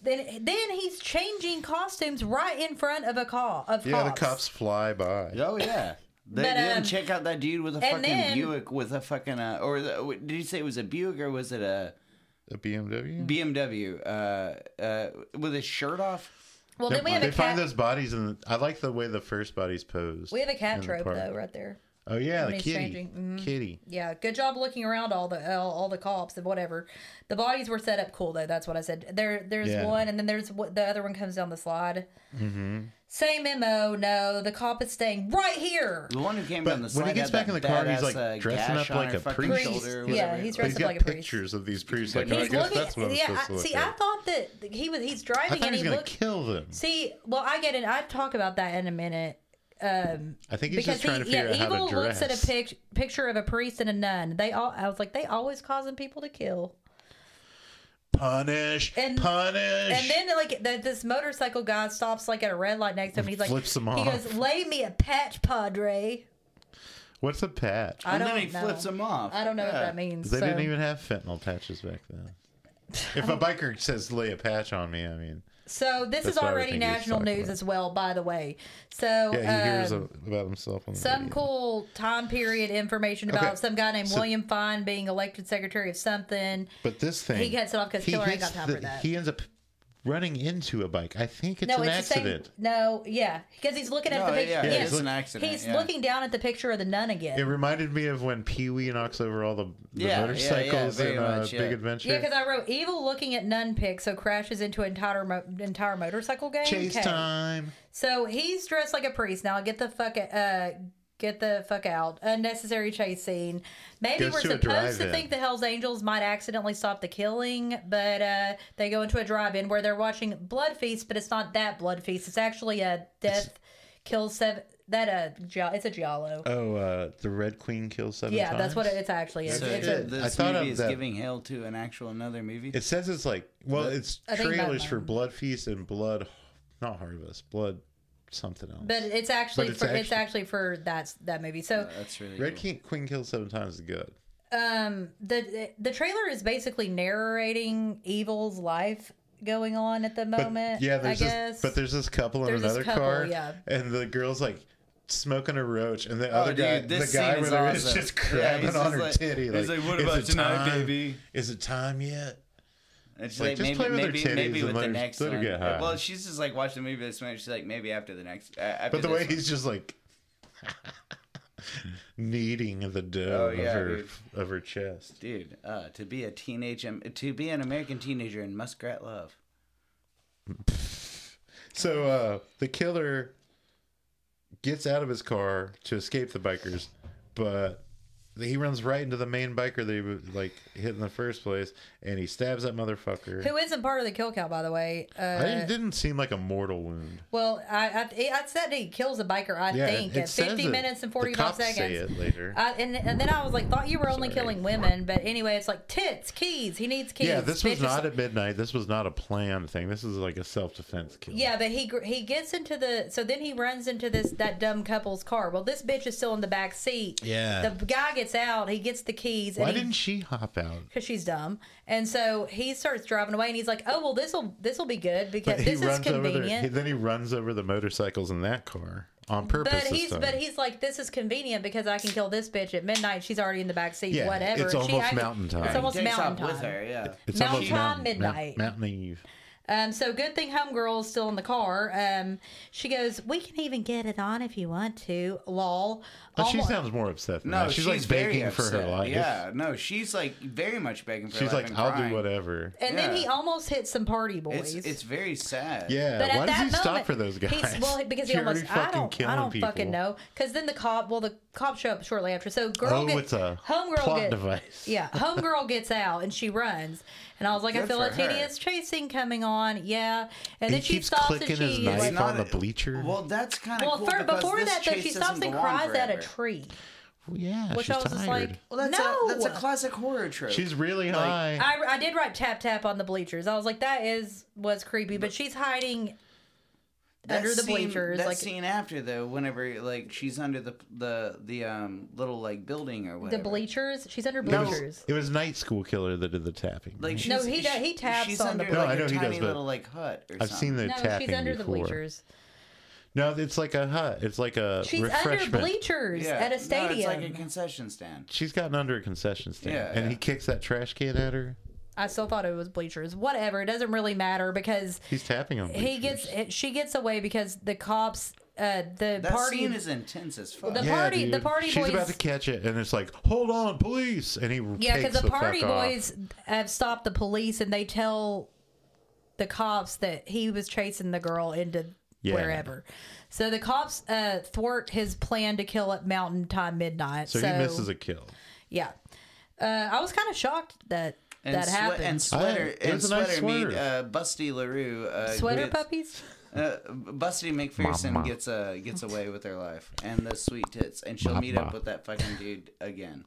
Speaker 2: then, then he's changing costumes right in front of a call of
Speaker 1: yeah,
Speaker 2: cops.
Speaker 1: the cops fly by.
Speaker 3: Oh yeah. They
Speaker 2: But,
Speaker 3: didn't
Speaker 2: um,
Speaker 3: check out that dude with a
Speaker 2: and
Speaker 3: fucking
Speaker 2: then-
Speaker 3: Buick with a fucking uh, or the, wait, did you say it was a Buick or was it a
Speaker 1: The BMW.
Speaker 3: BMW uh, uh, with his shirt off?
Speaker 2: Well, then we have
Speaker 1: they
Speaker 2: a
Speaker 1: find
Speaker 2: cat.
Speaker 1: those bodies, and I like the way the first bodies pose.
Speaker 2: We have a cat
Speaker 1: in the
Speaker 2: trope
Speaker 1: park.
Speaker 2: though, right there.
Speaker 1: Oh yeah, the
Speaker 2: he's
Speaker 1: kitty.
Speaker 2: changing. Mhm.
Speaker 1: Kitty.
Speaker 2: Yeah, good job looking around all the all, all the cops and whatever. The bodies were set up cool though. That's what I said. There, there's
Speaker 1: Yeah.
Speaker 2: one, and then there's wh- the other one comes down the slide. Mm-hmm. Same mo. No, the cop is staying right here.
Speaker 3: The one who came
Speaker 1: But
Speaker 3: down the
Speaker 1: when he
Speaker 3: slide
Speaker 1: gets
Speaker 3: had
Speaker 1: back
Speaker 3: that
Speaker 1: in the car, he's,
Speaker 3: badass,
Speaker 1: like,
Speaker 3: uh,
Speaker 1: dressing
Speaker 3: gash
Speaker 1: up
Speaker 3: on
Speaker 1: like
Speaker 3: her
Speaker 1: a
Speaker 3: fucking
Speaker 1: priest.
Speaker 3: shoulder or
Speaker 2: Priest, yeah,
Speaker 1: But
Speaker 2: he's
Speaker 3: whatever.
Speaker 1: he's
Speaker 2: dressed up
Speaker 1: got
Speaker 2: like a priest.
Speaker 1: pictures of these priests. Like,
Speaker 3: He's
Speaker 1: oh, I
Speaker 2: He's
Speaker 1: guess
Speaker 2: looking.
Speaker 1: that's what I'm
Speaker 2: yeah,
Speaker 1: supposed to
Speaker 2: I,
Speaker 1: look
Speaker 2: see,
Speaker 1: like.
Speaker 2: I thought that th- he was. He's
Speaker 1: I
Speaker 2: driving
Speaker 1: thought
Speaker 2: and
Speaker 1: he was
Speaker 2: he
Speaker 1: gonna
Speaker 2: looked.
Speaker 1: kill them.
Speaker 2: See, well, I get it. I've talked about that in a minute. Um,
Speaker 1: I think he's
Speaker 2: because
Speaker 1: just trying
Speaker 2: he,
Speaker 1: to figure
Speaker 2: yeah,
Speaker 1: out how
Speaker 2: evil
Speaker 1: to
Speaker 2: looks
Speaker 1: dress.
Speaker 2: at a pic- picture of a priest and a nun. They all. I was like, they always causing people to kill.
Speaker 1: punish,
Speaker 2: And-
Speaker 1: punish.
Speaker 2: And then like the, this motorcycle guy stops like at a red light next to him. And he's like,
Speaker 1: Flips him
Speaker 2: He
Speaker 1: off.
Speaker 2: goes, "Lay me a patch, Padre."
Speaker 1: What's a pat?
Speaker 2: I
Speaker 3: and
Speaker 2: don't
Speaker 3: then he
Speaker 2: know.
Speaker 3: flips him off.
Speaker 2: I don't know what
Speaker 3: Yeah.
Speaker 2: that means.
Speaker 1: They
Speaker 2: so.
Speaker 1: didn't even have fentanyl patches back then. If a biker says lay a patch on me, I mean,
Speaker 2: so this is
Speaker 1: That's what I would
Speaker 2: already
Speaker 1: think he was
Speaker 2: national
Speaker 1: talking
Speaker 2: news
Speaker 1: about.
Speaker 2: as well, by the way. So
Speaker 1: yeah, he hears
Speaker 2: um,
Speaker 1: a, about himself on the
Speaker 2: some
Speaker 1: radio.
Speaker 2: cool time period information about
Speaker 1: Okay.
Speaker 2: some guy named
Speaker 1: So-
Speaker 2: William Fine being elected secretary of something.
Speaker 1: But this thing,
Speaker 2: He gets it off 'cause
Speaker 1: he
Speaker 2: Killer ain't
Speaker 1: hits
Speaker 2: got time
Speaker 1: the-
Speaker 2: for that.
Speaker 1: He ends up running into a bike. I think it's
Speaker 2: No,
Speaker 1: an
Speaker 2: it's
Speaker 1: accident.
Speaker 2: the same. No, yeah, because he's looking at
Speaker 3: No,
Speaker 2: the picture.
Speaker 3: yeah,
Speaker 1: Yeah,
Speaker 2: yes.
Speaker 1: it's
Speaker 3: it's an accident.
Speaker 2: He's
Speaker 3: yeah.
Speaker 2: looking down at the picture of the nun again.
Speaker 1: It reminded me of when Pee Wee knocks over all the, the
Speaker 3: Yeah, yeah, yeah,
Speaker 1: motorcycles
Speaker 3: very
Speaker 1: in uh,
Speaker 3: much, yeah.
Speaker 1: Big Adventure.
Speaker 2: Yeah, because I wrote evil looking at nun pick, so crashes into entire mo- entire motorcycle game.
Speaker 1: Chase
Speaker 2: Okay.
Speaker 1: time.
Speaker 2: So he's dressed like a priest now. Get the fuck uh get the fuck out. Unnecessary chase scene. Maybe
Speaker 1: Goes
Speaker 2: we're
Speaker 1: to a
Speaker 2: supposed to
Speaker 1: drive-in.
Speaker 2: think the Hell's Angels might accidentally stop the killing, but uh they go into a drive-in where they're watching Blood Feast, but it's not that Blood Feast. It's actually a death kills seven. That uh, gi- it's a giallo.
Speaker 1: Oh, uh, the Red Queen kills seven
Speaker 2: yeah,
Speaker 1: times.
Speaker 2: that's what it, it's actually. Is.
Speaker 3: So
Speaker 2: It's
Speaker 1: Yeah,
Speaker 2: a,
Speaker 1: did.
Speaker 3: this
Speaker 1: I thought
Speaker 3: movie
Speaker 1: of
Speaker 3: is
Speaker 1: that.
Speaker 3: giving hell to an actual another movie.
Speaker 1: It says it's like well, it's
Speaker 2: I think
Speaker 1: trailers
Speaker 2: Bloodline.
Speaker 1: for Blood Feast and Blood, not Harvest, Blood something else.
Speaker 2: but it's actually
Speaker 1: But it's
Speaker 2: for it's
Speaker 1: actu-
Speaker 2: actually for that that movie. So
Speaker 3: That's really
Speaker 1: Red
Speaker 3: cool.
Speaker 1: King, Queen kills seven times is good.
Speaker 2: um the the trailer is basically narrating evil's life going on at the
Speaker 1: But
Speaker 2: moment
Speaker 1: yeah,
Speaker 2: i
Speaker 1: there's this,
Speaker 2: guess
Speaker 1: but there's this couple in
Speaker 2: There's this
Speaker 1: another
Speaker 2: couple,
Speaker 1: car,
Speaker 2: yeah.
Speaker 1: and the girl's like smoking a roach, and the
Speaker 3: Oh,
Speaker 1: other guy,
Speaker 3: dude, this
Speaker 1: the guy
Speaker 3: scene
Speaker 1: with
Speaker 3: is
Speaker 1: her is
Speaker 3: awesome.
Speaker 1: just
Speaker 3: Yeah,
Speaker 1: grabbing
Speaker 3: he's
Speaker 1: on
Speaker 3: just
Speaker 1: her
Speaker 3: like-
Speaker 1: tonight, titty.
Speaker 3: he's like, "What
Speaker 1: "Is
Speaker 3: about
Speaker 1: it
Speaker 3: tonight,
Speaker 1: time?
Speaker 3: baby?"
Speaker 1: Is it time yet?
Speaker 3: And she's
Speaker 1: Like,
Speaker 3: like,
Speaker 1: just
Speaker 3: maybe,
Speaker 1: play with their
Speaker 3: maybe,
Speaker 1: titties
Speaker 3: maybe
Speaker 1: and
Speaker 3: with
Speaker 1: let
Speaker 3: the
Speaker 1: her-
Speaker 3: next
Speaker 1: let her
Speaker 3: one.
Speaker 1: get high.
Speaker 3: Well, she's just like watching the movie this minute. She's like, maybe after the next. Uh, after
Speaker 1: But the
Speaker 3: this
Speaker 1: way
Speaker 3: one.
Speaker 1: he's just like kneading the dough
Speaker 3: Oh, yeah,
Speaker 1: of her
Speaker 3: dude.
Speaker 1: of her chest.
Speaker 3: dude, uh, to be a teenage, um, to be an American teenager in Muskrat Love.
Speaker 1: So uh, the killer gets out of his car to escape the bikers, but he runs right into the main biker that he was, like hit in the first place, and he stabs that motherfucker.
Speaker 2: who isn't part of the kill count by the way
Speaker 1: I didn't,
Speaker 2: uh,
Speaker 1: didn't seem like a mortal wound.
Speaker 2: well I, I i said he kills a biker i
Speaker 1: Yeah,
Speaker 2: think
Speaker 1: it, it
Speaker 2: at
Speaker 1: says
Speaker 2: 50
Speaker 1: it.
Speaker 2: minutes and
Speaker 1: The
Speaker 2: 45
Speaker 1: cops
Speaker 2: seconds Oh,
Speaker 1: Say it later.
Speaker 2: I, and, and then I was like, thought you were only
Speaker 1: Sorry.
Speaker 2: killing women, but anyway, it's like tits, keys. He needs keys.
Speaker 1: yeah, this was
Speaker 2: bitches.
Speaker 1: not at midnight. This was not a planned thing. This is like a self defense kill.
Speaker 2: Yeah, but he gr- he gets into the so then he runs into this that dumb couple's car. Well, this bitch is still in the back seat.
Speaker 1: Yeah.
Speaker 2: the guy gets out. He gets the keys.
Speaker 1: Why
Speaker 2: and he,
Speaker 1: didn't she hop out?
Speaker 2: because she's dumb. And so he starts driving away, and he's like, "Oh well, this will this will be good because
Speaker 1: But
Speaker 2: this is
Speaker 1: over the, he-
Speaker 2: convenient."
Speaker 1: then he runs over the motorcycles in that car on purpose.
Speaker 2: But
Speaker 1: this
Speaker 2: he's
Speaker 1: time.
Speaker 2: but he's like, "This is convenient because I can kill this bitch at midnight. She's already in the back seat.
Speaker 1: Yeah,
Speaker 2: whatever."
Speaker 1: it's
Speaker 2: She
Speaker 1: almost
Speaker 2: acted-
Speaker 1: mountain time.
Speaker 2: It's
Speaker 1: He
Speaker 2: almost
Speaker 3: He takes
Speaker 2: mountain
Speaker 3: off
Speaker 2: time.
Speaker 3: with her, yeah.
Speaker 1: it's almost
Speaker 2: Mountain
Speaker 1: mountain,
Speaker 2: Midnight.
Speaker 1: Mount, Mountain Eve.
Speaker 2: Um, so good thing homegirl's still in the car. Um, she goes, "We can even get it on if you want to." Lol.
Speaker 1: But she
Speaker 2: Almo-
Speaker 1: sounds more upset. Than
Speaker 3: No,
Speaker 1: that.
Speaker 3: she's,
Speaker 1: she's, like begging
Speaker 3: very
Speaker 1: for her
Speaker 3: upset.
Speaker 1: life.
Speaker 3: Yeah, no, she's like very much begging for
Speaker 1: she's
Speaker 3: her life.
Speaker 1: like,
Speaker 3: and
Speaker 1: I'll
Speaker 3: crying.
Speaker 1: do whatever.
Speaker 2: and then
Speaker 3: yeah.
Speaker 2: he almost hits some party boys.
Speaker 3: It's it's very sad.
Speaker 1: Yeah,
Speaker 2: But
Speaker 1: why does
Speaker 2: at that
Speaker 1: he
Speaker 2: moment,
Speaker 1: stop for those guys?
Speaker 2: He's, well, because he
Speaker 1: You're
Speaker 2: almost.
Speaker 1: already
Speaker 2: I don't. I
Speaker 1: killing
Speaker 2: don't
Speaker 1: people.
Speaker 2: fucking know. Because then the cop. Well, the cop show up shortly after. So girl.
Speaker 1: Oh,
Speaker 2: get-
Speaker 1: it's a
Speaker 2: homegirl
Speaker 1: plot
Speaker 2: get-
Speaker 1: device.
Speaker 2: Yeah, homegirl gets out and she runs, and I was like, I
Speaker 3: Good
Speaker 2: feel
Speaker 3: for
Speaker 2: a
Speaker 3: her.
Speaker 2: tedious chasing coming on. Yeah, and then
Speaker 1: He
Speaker 2: she
Speaker 1: keeps
Speaker 2: stops
Speaker 1: clicking
Speaker 2: and
Speaker 1: his
Speaker 2: she.
Speaker 1: knife
Speaker 3: It's
Speaker 1: on
Speaker 3: not
Speaker 1: the
Speaker 3: a-
Speaker 1: bleacher.
Speaker 3: Well, that's kind of
Speaker 2: well,
Speaker 3: cool
Speaker 2: fir-
Speaker 3: because
Speaker 2: before
Speaker 3: this
Speaker 2: that though,
Speaker 3: chase
Speaker 2: she
Speaker 3: doesn't
Speaker 2: stops and
Speaker 3: go on
Speaker 2: cries at a
Speaker 3: forever.
Speaker 2: tree,
Speaker 1: Well, yeah,
Speaker 2: which
Speaker 1: she's
Speaker 2: I was
Speaker 1: tired.
Speaker 2: just like,
Speaker 3: Well, that's
Speaker 2: no,
Speaker 3: a, that's a classic horror trope.
Speaker 1: she's really high.
Speaker 2: I, I did write tap tap on the bleachers. I was like, that is was creepy, but she's hiding
Speaker 3: That
Speaker 2: under the
Speaker 3: scene-
Speaker 2: bleachers.
Speaker 3: That
Speaker 2: like
Speaker 3: scene after though, whenever like she's under the the the um little like building or
Speaker 2: the
Speaker 3: whatever.
Speaker 2: bleachers, she's under
Speaker 1: it,
Speaker 2: bleachers.
Speaker 1: was, it was night school killer that did the tapping.
Speaker 3: Like
Speaker 1: right?
Speaker 3: she's,
Speaker 2: No, he do- he
Speaker 3: she-
Speaker 2: taps
Speaker 3: she's
Speaker 2: on the
Speaker 3: under,
Speaker 2: No,
Speaker 3: like,
Speaker 1: I know
Speaker 3: a
Speaker 1: he does,
Speaker 3: tiny
Speaker 1: but
Speaker 3: little like hut. Or
Speaker 1: I've seen
Speaker 3: something.
Speaker 1: the
Speaker 2: No,
Speaker 1: tapping
Speaker 2: she's under
Speaker 1: before.
Speaker 2: the bleachers.
Speaker 1: No, it's like a hut. It's like a
Speaker 2: She's
Speaker 1: refreshment.
Speaker 2: under bleachers at
Speaker 3: No,
Speaker 2: a stadium.
Speaker 3: it's like a concession stand.
Speaker 1: She's gotten under a concession stand,
Speaker 3: Yeah,
Speaker 1: and
Speaker 3: yeah.
Speaker 1: he kicks that trash can at her.
Speaker 2: I still thought it was bleachers. Whatever, it doesn't really matter because
Speaker 1: He's tapping on.
Speaker 2: he
Speaker 1: bleachers.
Speaker 2: gets she gets away because the cops uh, the
Speaker 3: That
Speaker 2: party.
Speaker 3: scene is intense as fuck.
Speaker 2: The party- the party
Speaker 1: She's
Speaker 2: boys-
Speaker 1: about to catch it, and it's like, hold on, police! And he
Speaker 2: yeah,
Speaker 1: because
Speaker 2: because the, party boys have stopped the police and they tell the cops that he was chasing the girl into
Speaker 1: Yeah.
Speaker 2: wherever. So the cops uh, thwart his plan to kill at Mountain Time Midnight.
Speaker 1: So,
Speaker 2: So,
Speaker 1: he misses a kill.
Speaker 2: Yeah, uh, I was kind of shocked that
Speaker 3: and
Speaker 2: that
Speaker 3: swe-
Speaker 2: happened.
Speaker 3: And sweater
Speaker 1: I-
Speaker 3: and
Speaker 1: it's a nice
Speaker 3: sweater, meet
Speaker 1: sweater.
Speaker 3: uh, Busty Larue. Uh,
Speaker 2: Sweater
Speaker 3: gets-
Speaker 2: puppies.
Speaker 3: Uh, Busty McPherson
Speaker 1: Mama.
Speaker 3: gets uh, gets away with her life and the sweet tits, and she'll meet up
Speaker 1: Mama.
Speaker 3: with that fucking dude again.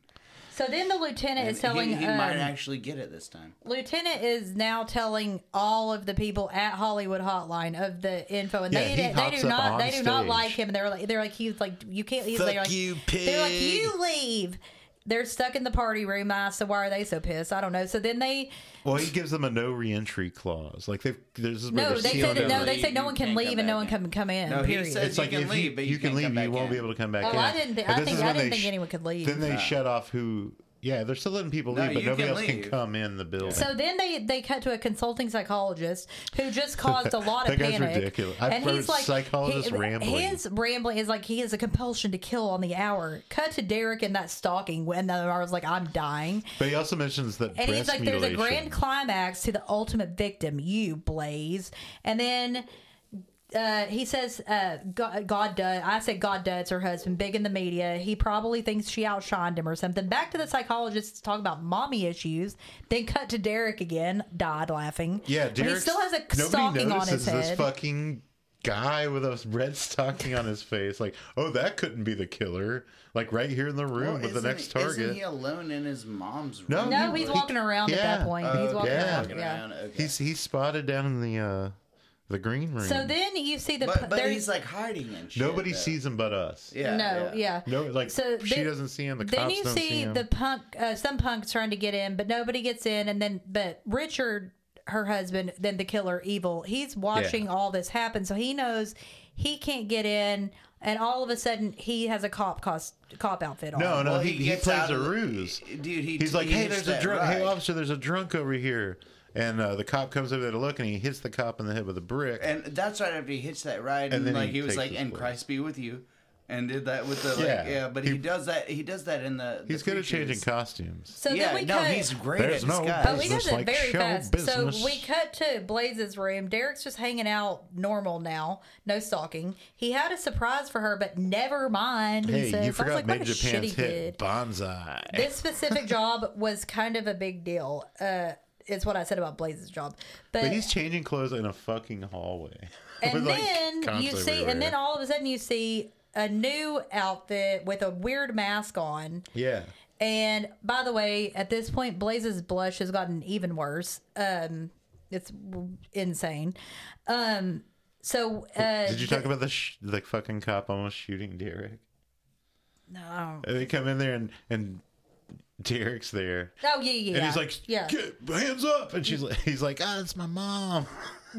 Speaker 2: So then the lieutenant
Speaker 3: And
Speaker 2: is telling
Speaker 3: he, he might
Speaker 2: um,
Speaker 3: actually get it this time.
Speaker 2: Lieutenant is now telling all of the people at Hollywood Hotline of the info, and
Speaker 1: Yeah,
Speaker 2: they
Speaker 1: he
Speaker 2: they
Speaker 1: hops
Speaker 2: do
Speaker 1: up
Speaker 2: not
Speaker 1: on
Speaker 2: they do not
Speaker 1: stage.
Speaker 2: like him. And they're like they're like he's like you can't. He's
Speaker 3: Fuck
Speaker 2: they're like,
Speaker 3: you,
Speaker 2: They're like
Speaker 3: pig."
Speaker 2: you leave. They're stuck in the party room. I so why are they so pissed? I don't know. So then they
Speaker 1: Well, he gives them a no reentry clause. Like they've there's this is where
Speaker 2: no
Speaker 1: they're
Speaker 2: they
Speaker 1: sealed
Speaker 2: said
Speaker 3: don't
Speaker 2: no
Speaker 1: in.
Speaker 2: they
Speaker 3: leave.
Speaker 2: say no
Speaker 3: You
Speaker 2: one can
Speaker 3: can't
Speaker 2: leave
Speaker 3: come
Speaker 2: and no
Speaker 3: back
Speaker 2: one
Speaker 3: in.
Speaker 2: can come in.
Speaker 3: No, he
Speaker 2: period.
Speaker 3: said-
Speaker 1: It's
Speaker 3: You
Speaker 1: like
Speaker 3: can
Speaker 1: if
Speaker 3: leave,
Speaker 1: you,
Speaker 3: but you
Speaker 1: you can
Speaker 3: can't
Speaker 1: leave,
Speaker 3: come
Speaker 1: you
Speaker 3: back
Speaker 1: won't
Speaker 3: in.
Speaker 1: be able to come back
Speaker 2: Oh,
Speaker 1: in.
Speaker 2: I didn't. thi-
Speaker 1: But
Speaker 2: I
Speaker 1: this
Speaker 2: think
Speaker 1: is
Speaker 2: I
Speaker 1: when
Speaker 2: didn't
Speaker 1: they
Speaker 2: think
Speaker 1: sh-
Speaker 2: anyone could leave.
Speaker 1: Then they shut off who. Yeah, they're still letting people
Speaker 3: No,
Speaker 1: leave, but
Speaker 3: you
Speaker 1: nobody
Speaker 3: can
Speaker 1: else
Speaker 3: leave.
Speaker 1: can come in the building.
Speaker 2: So then they they cut to a consulting psychologist who just caused a lot of
Speaker 1: That guy's
Speaker 2: panic.
Speaker 1: ridiculous. I've heard psychologists
Speaker 2: he-
Speaker 1: rambling.
Speaker 2: His rambling is like he has a compulsion to kill on the hour. Cut to Derek in that stalking, and then I was like, I'm dying.
Speaker 1: but he also mentions that
Speaker 2: And
Speaker 1: breast
Speaker 2: he's like,
Speaker 1: mutilation.
Speaker 2: there's a grand climax to the ultimate victim, you Blaze. And then uh, he says, uh, God, God does. I said God does her husband, big in the media. He probably thinks she outshined him or something. Back to the psychologist to talk about mommy issues. Then cut to Derek again, died laughing.
Speaker 1: yeah,
Speaker 2: And he
Speaker 1: Derek's-
Speaker 2: still has a
Speaker 1: nobody
Speaker 2: stocking on his
Speaker 1: notices
Speaker 2: head.
Speaker 1: This fucking guy with a red stocking on his face, like, oh, that couldn't be the killer. Like right here in the room with the
Speaker 3: isn't-
Speaker 1: next target.
Speaker 3: Isn't he alone in his mom's
Speaker 1: No,
Speaker 3: room?
Speaker 2: no, he's
Speaker 1: He-
Speaker 2: walking around at that
Speaker 1: yeah.
Speaker 2: point.
Speaker 3: Oh,
Speaker 2: he's walking
Speaker 1: okay.
Speaker 2: around.
Speaker 3: Walking
Speaker 2: yeah.
Speaker 3: around, okay.
Speaker 1: He's he's spotted down in the uh the green room.
Speaker 2: So then you see the
Speaker 3: but, but
Speaker 2: there-
Speaker 3: he's like hiding and shit.
Speaker 1: nobody
Speaker 3: though.
Speaker 1: sees him but us.
Speaker 3: Yeah,
Speaker 2: no,
Speaker 3: yeah.
Speaker 2: yeah.
Speaker 1: No, like
Speaker 2: So
Speaker 1: she
Speaker 2: then-
Speaker 1: doesn't see him. The
Speaker 2: then
Speaker 1: cops
Speaker 2: you
Speaker 1: don't
Speaker 2: see,
Speaker 1: him.
Speaker 2: the punk uh, some punks trying to get in but nobody gets in and then but richard her husband then the killer evil he's watching all this happen so he knows he can't get in and all of a sudden he has a cop cost, cop outfit on
Speaker 1: no, no,
Speaker 3: Well,
Speaker 1: he,
Speaker 3: he
Speaker 1: he,
Speaker 3: gets
Speaker 1: plays
Speaker 3: out
Speaker 1: a
Speaker 3: of the-
Speaker 1: ruse.
Speaker 3: Dude, he
Speaker 1: He's like, hey, there's a drunk.
Speaker 3: drug.
Speaker 1: Hey, officer, there's a drunk over here. And uh, the cop comes over there to look, and he hits the cop in the head with a brick.
Speaker 3: and that's right after he hits that ride, and,
Speaker 1: And then
Speaker 3: like
Speaker 1: he
Speaker 3: he, was
Speaker 1: takes
Speaker 3: like,
Speaker 1: his
Speaker 3: "And
Speaker 1: place."
Speaker 3: Christ be with you," and did that with the like, yeah.
Speaker 1: Yeah.
Speaker 3: but he,
Speaker 1: He-
Speaker 3: does that. He does that in the.
Speaker 1: He's
Speaker 3: the
Speaker 1: good at changing
Speaker 3: creatures.
Speaker 1: costumes.
Speaker 2: so
Speaker 3: yeah,
Speaker 2: then we
Speaker 3: no,
Speaker 2: cut
Speaker 3: he's great
Speaker 1: There's
Speaker 3: at
Speaker 1: no
Speaker 3: disguise.
Speaker 2: Oh, he does
Speaker 1: Business
Speaker 2: it
Speaker 1: like
Speaker 2: very
Speaker 1: show
Speaker 2: fast.
Speaker 1: business.
Speaker 2: So we cut to Blaze's room. Derek's just hanging out normal now, no stalking. He had a surprise for her, but never mind. he
Speaker 1: Hey,
Speaker 2: says. I
Speaker 1: you
Speaker 2: was
Speaker 1: forgot
Speaker 2: like, what
Speaker 1: Made
Speaker 2: a
Speaker 1: Japan's
Speaker 2: shitty
Speaker 1: hit
Speaker 2: kid.
Speaker 1: Bonsai.
Speaker 2: this specific job was kind of a big deal. Uh, is what I said about Blaze's job, but,
Speaker 1: But he's changing clothes in a fucking hallway.
Speaker 2: and
Speaker 1: With, like,
Speaker 2: then
Speaker 1: cops
Speaker 2: you see,
Speaker 1: everywhere.
Speaker 2: and then all of a sudden you see a new outfit with a weird mask on.
Speaker 1: yeah,
Speaker 2: And by the way, at this point, Blaze's blush has gotten even worse. Um, it's w- insane. Um, so uh,
Speaker 1: did you talk about the sh- the fucking cop almost shooting Derek?
Speaker 2: No.
Speaker 1: And they come in there and and Derek's there,
Speaker 2: Oh yeah, yeah.
Speaker 1: and
Speaker 2: yeah.
Speaker 1: he's like,
Speaker 2: yeah,
Speaker 1: "Get- hands up," and she's like, he's like, "Ah, it's my mom."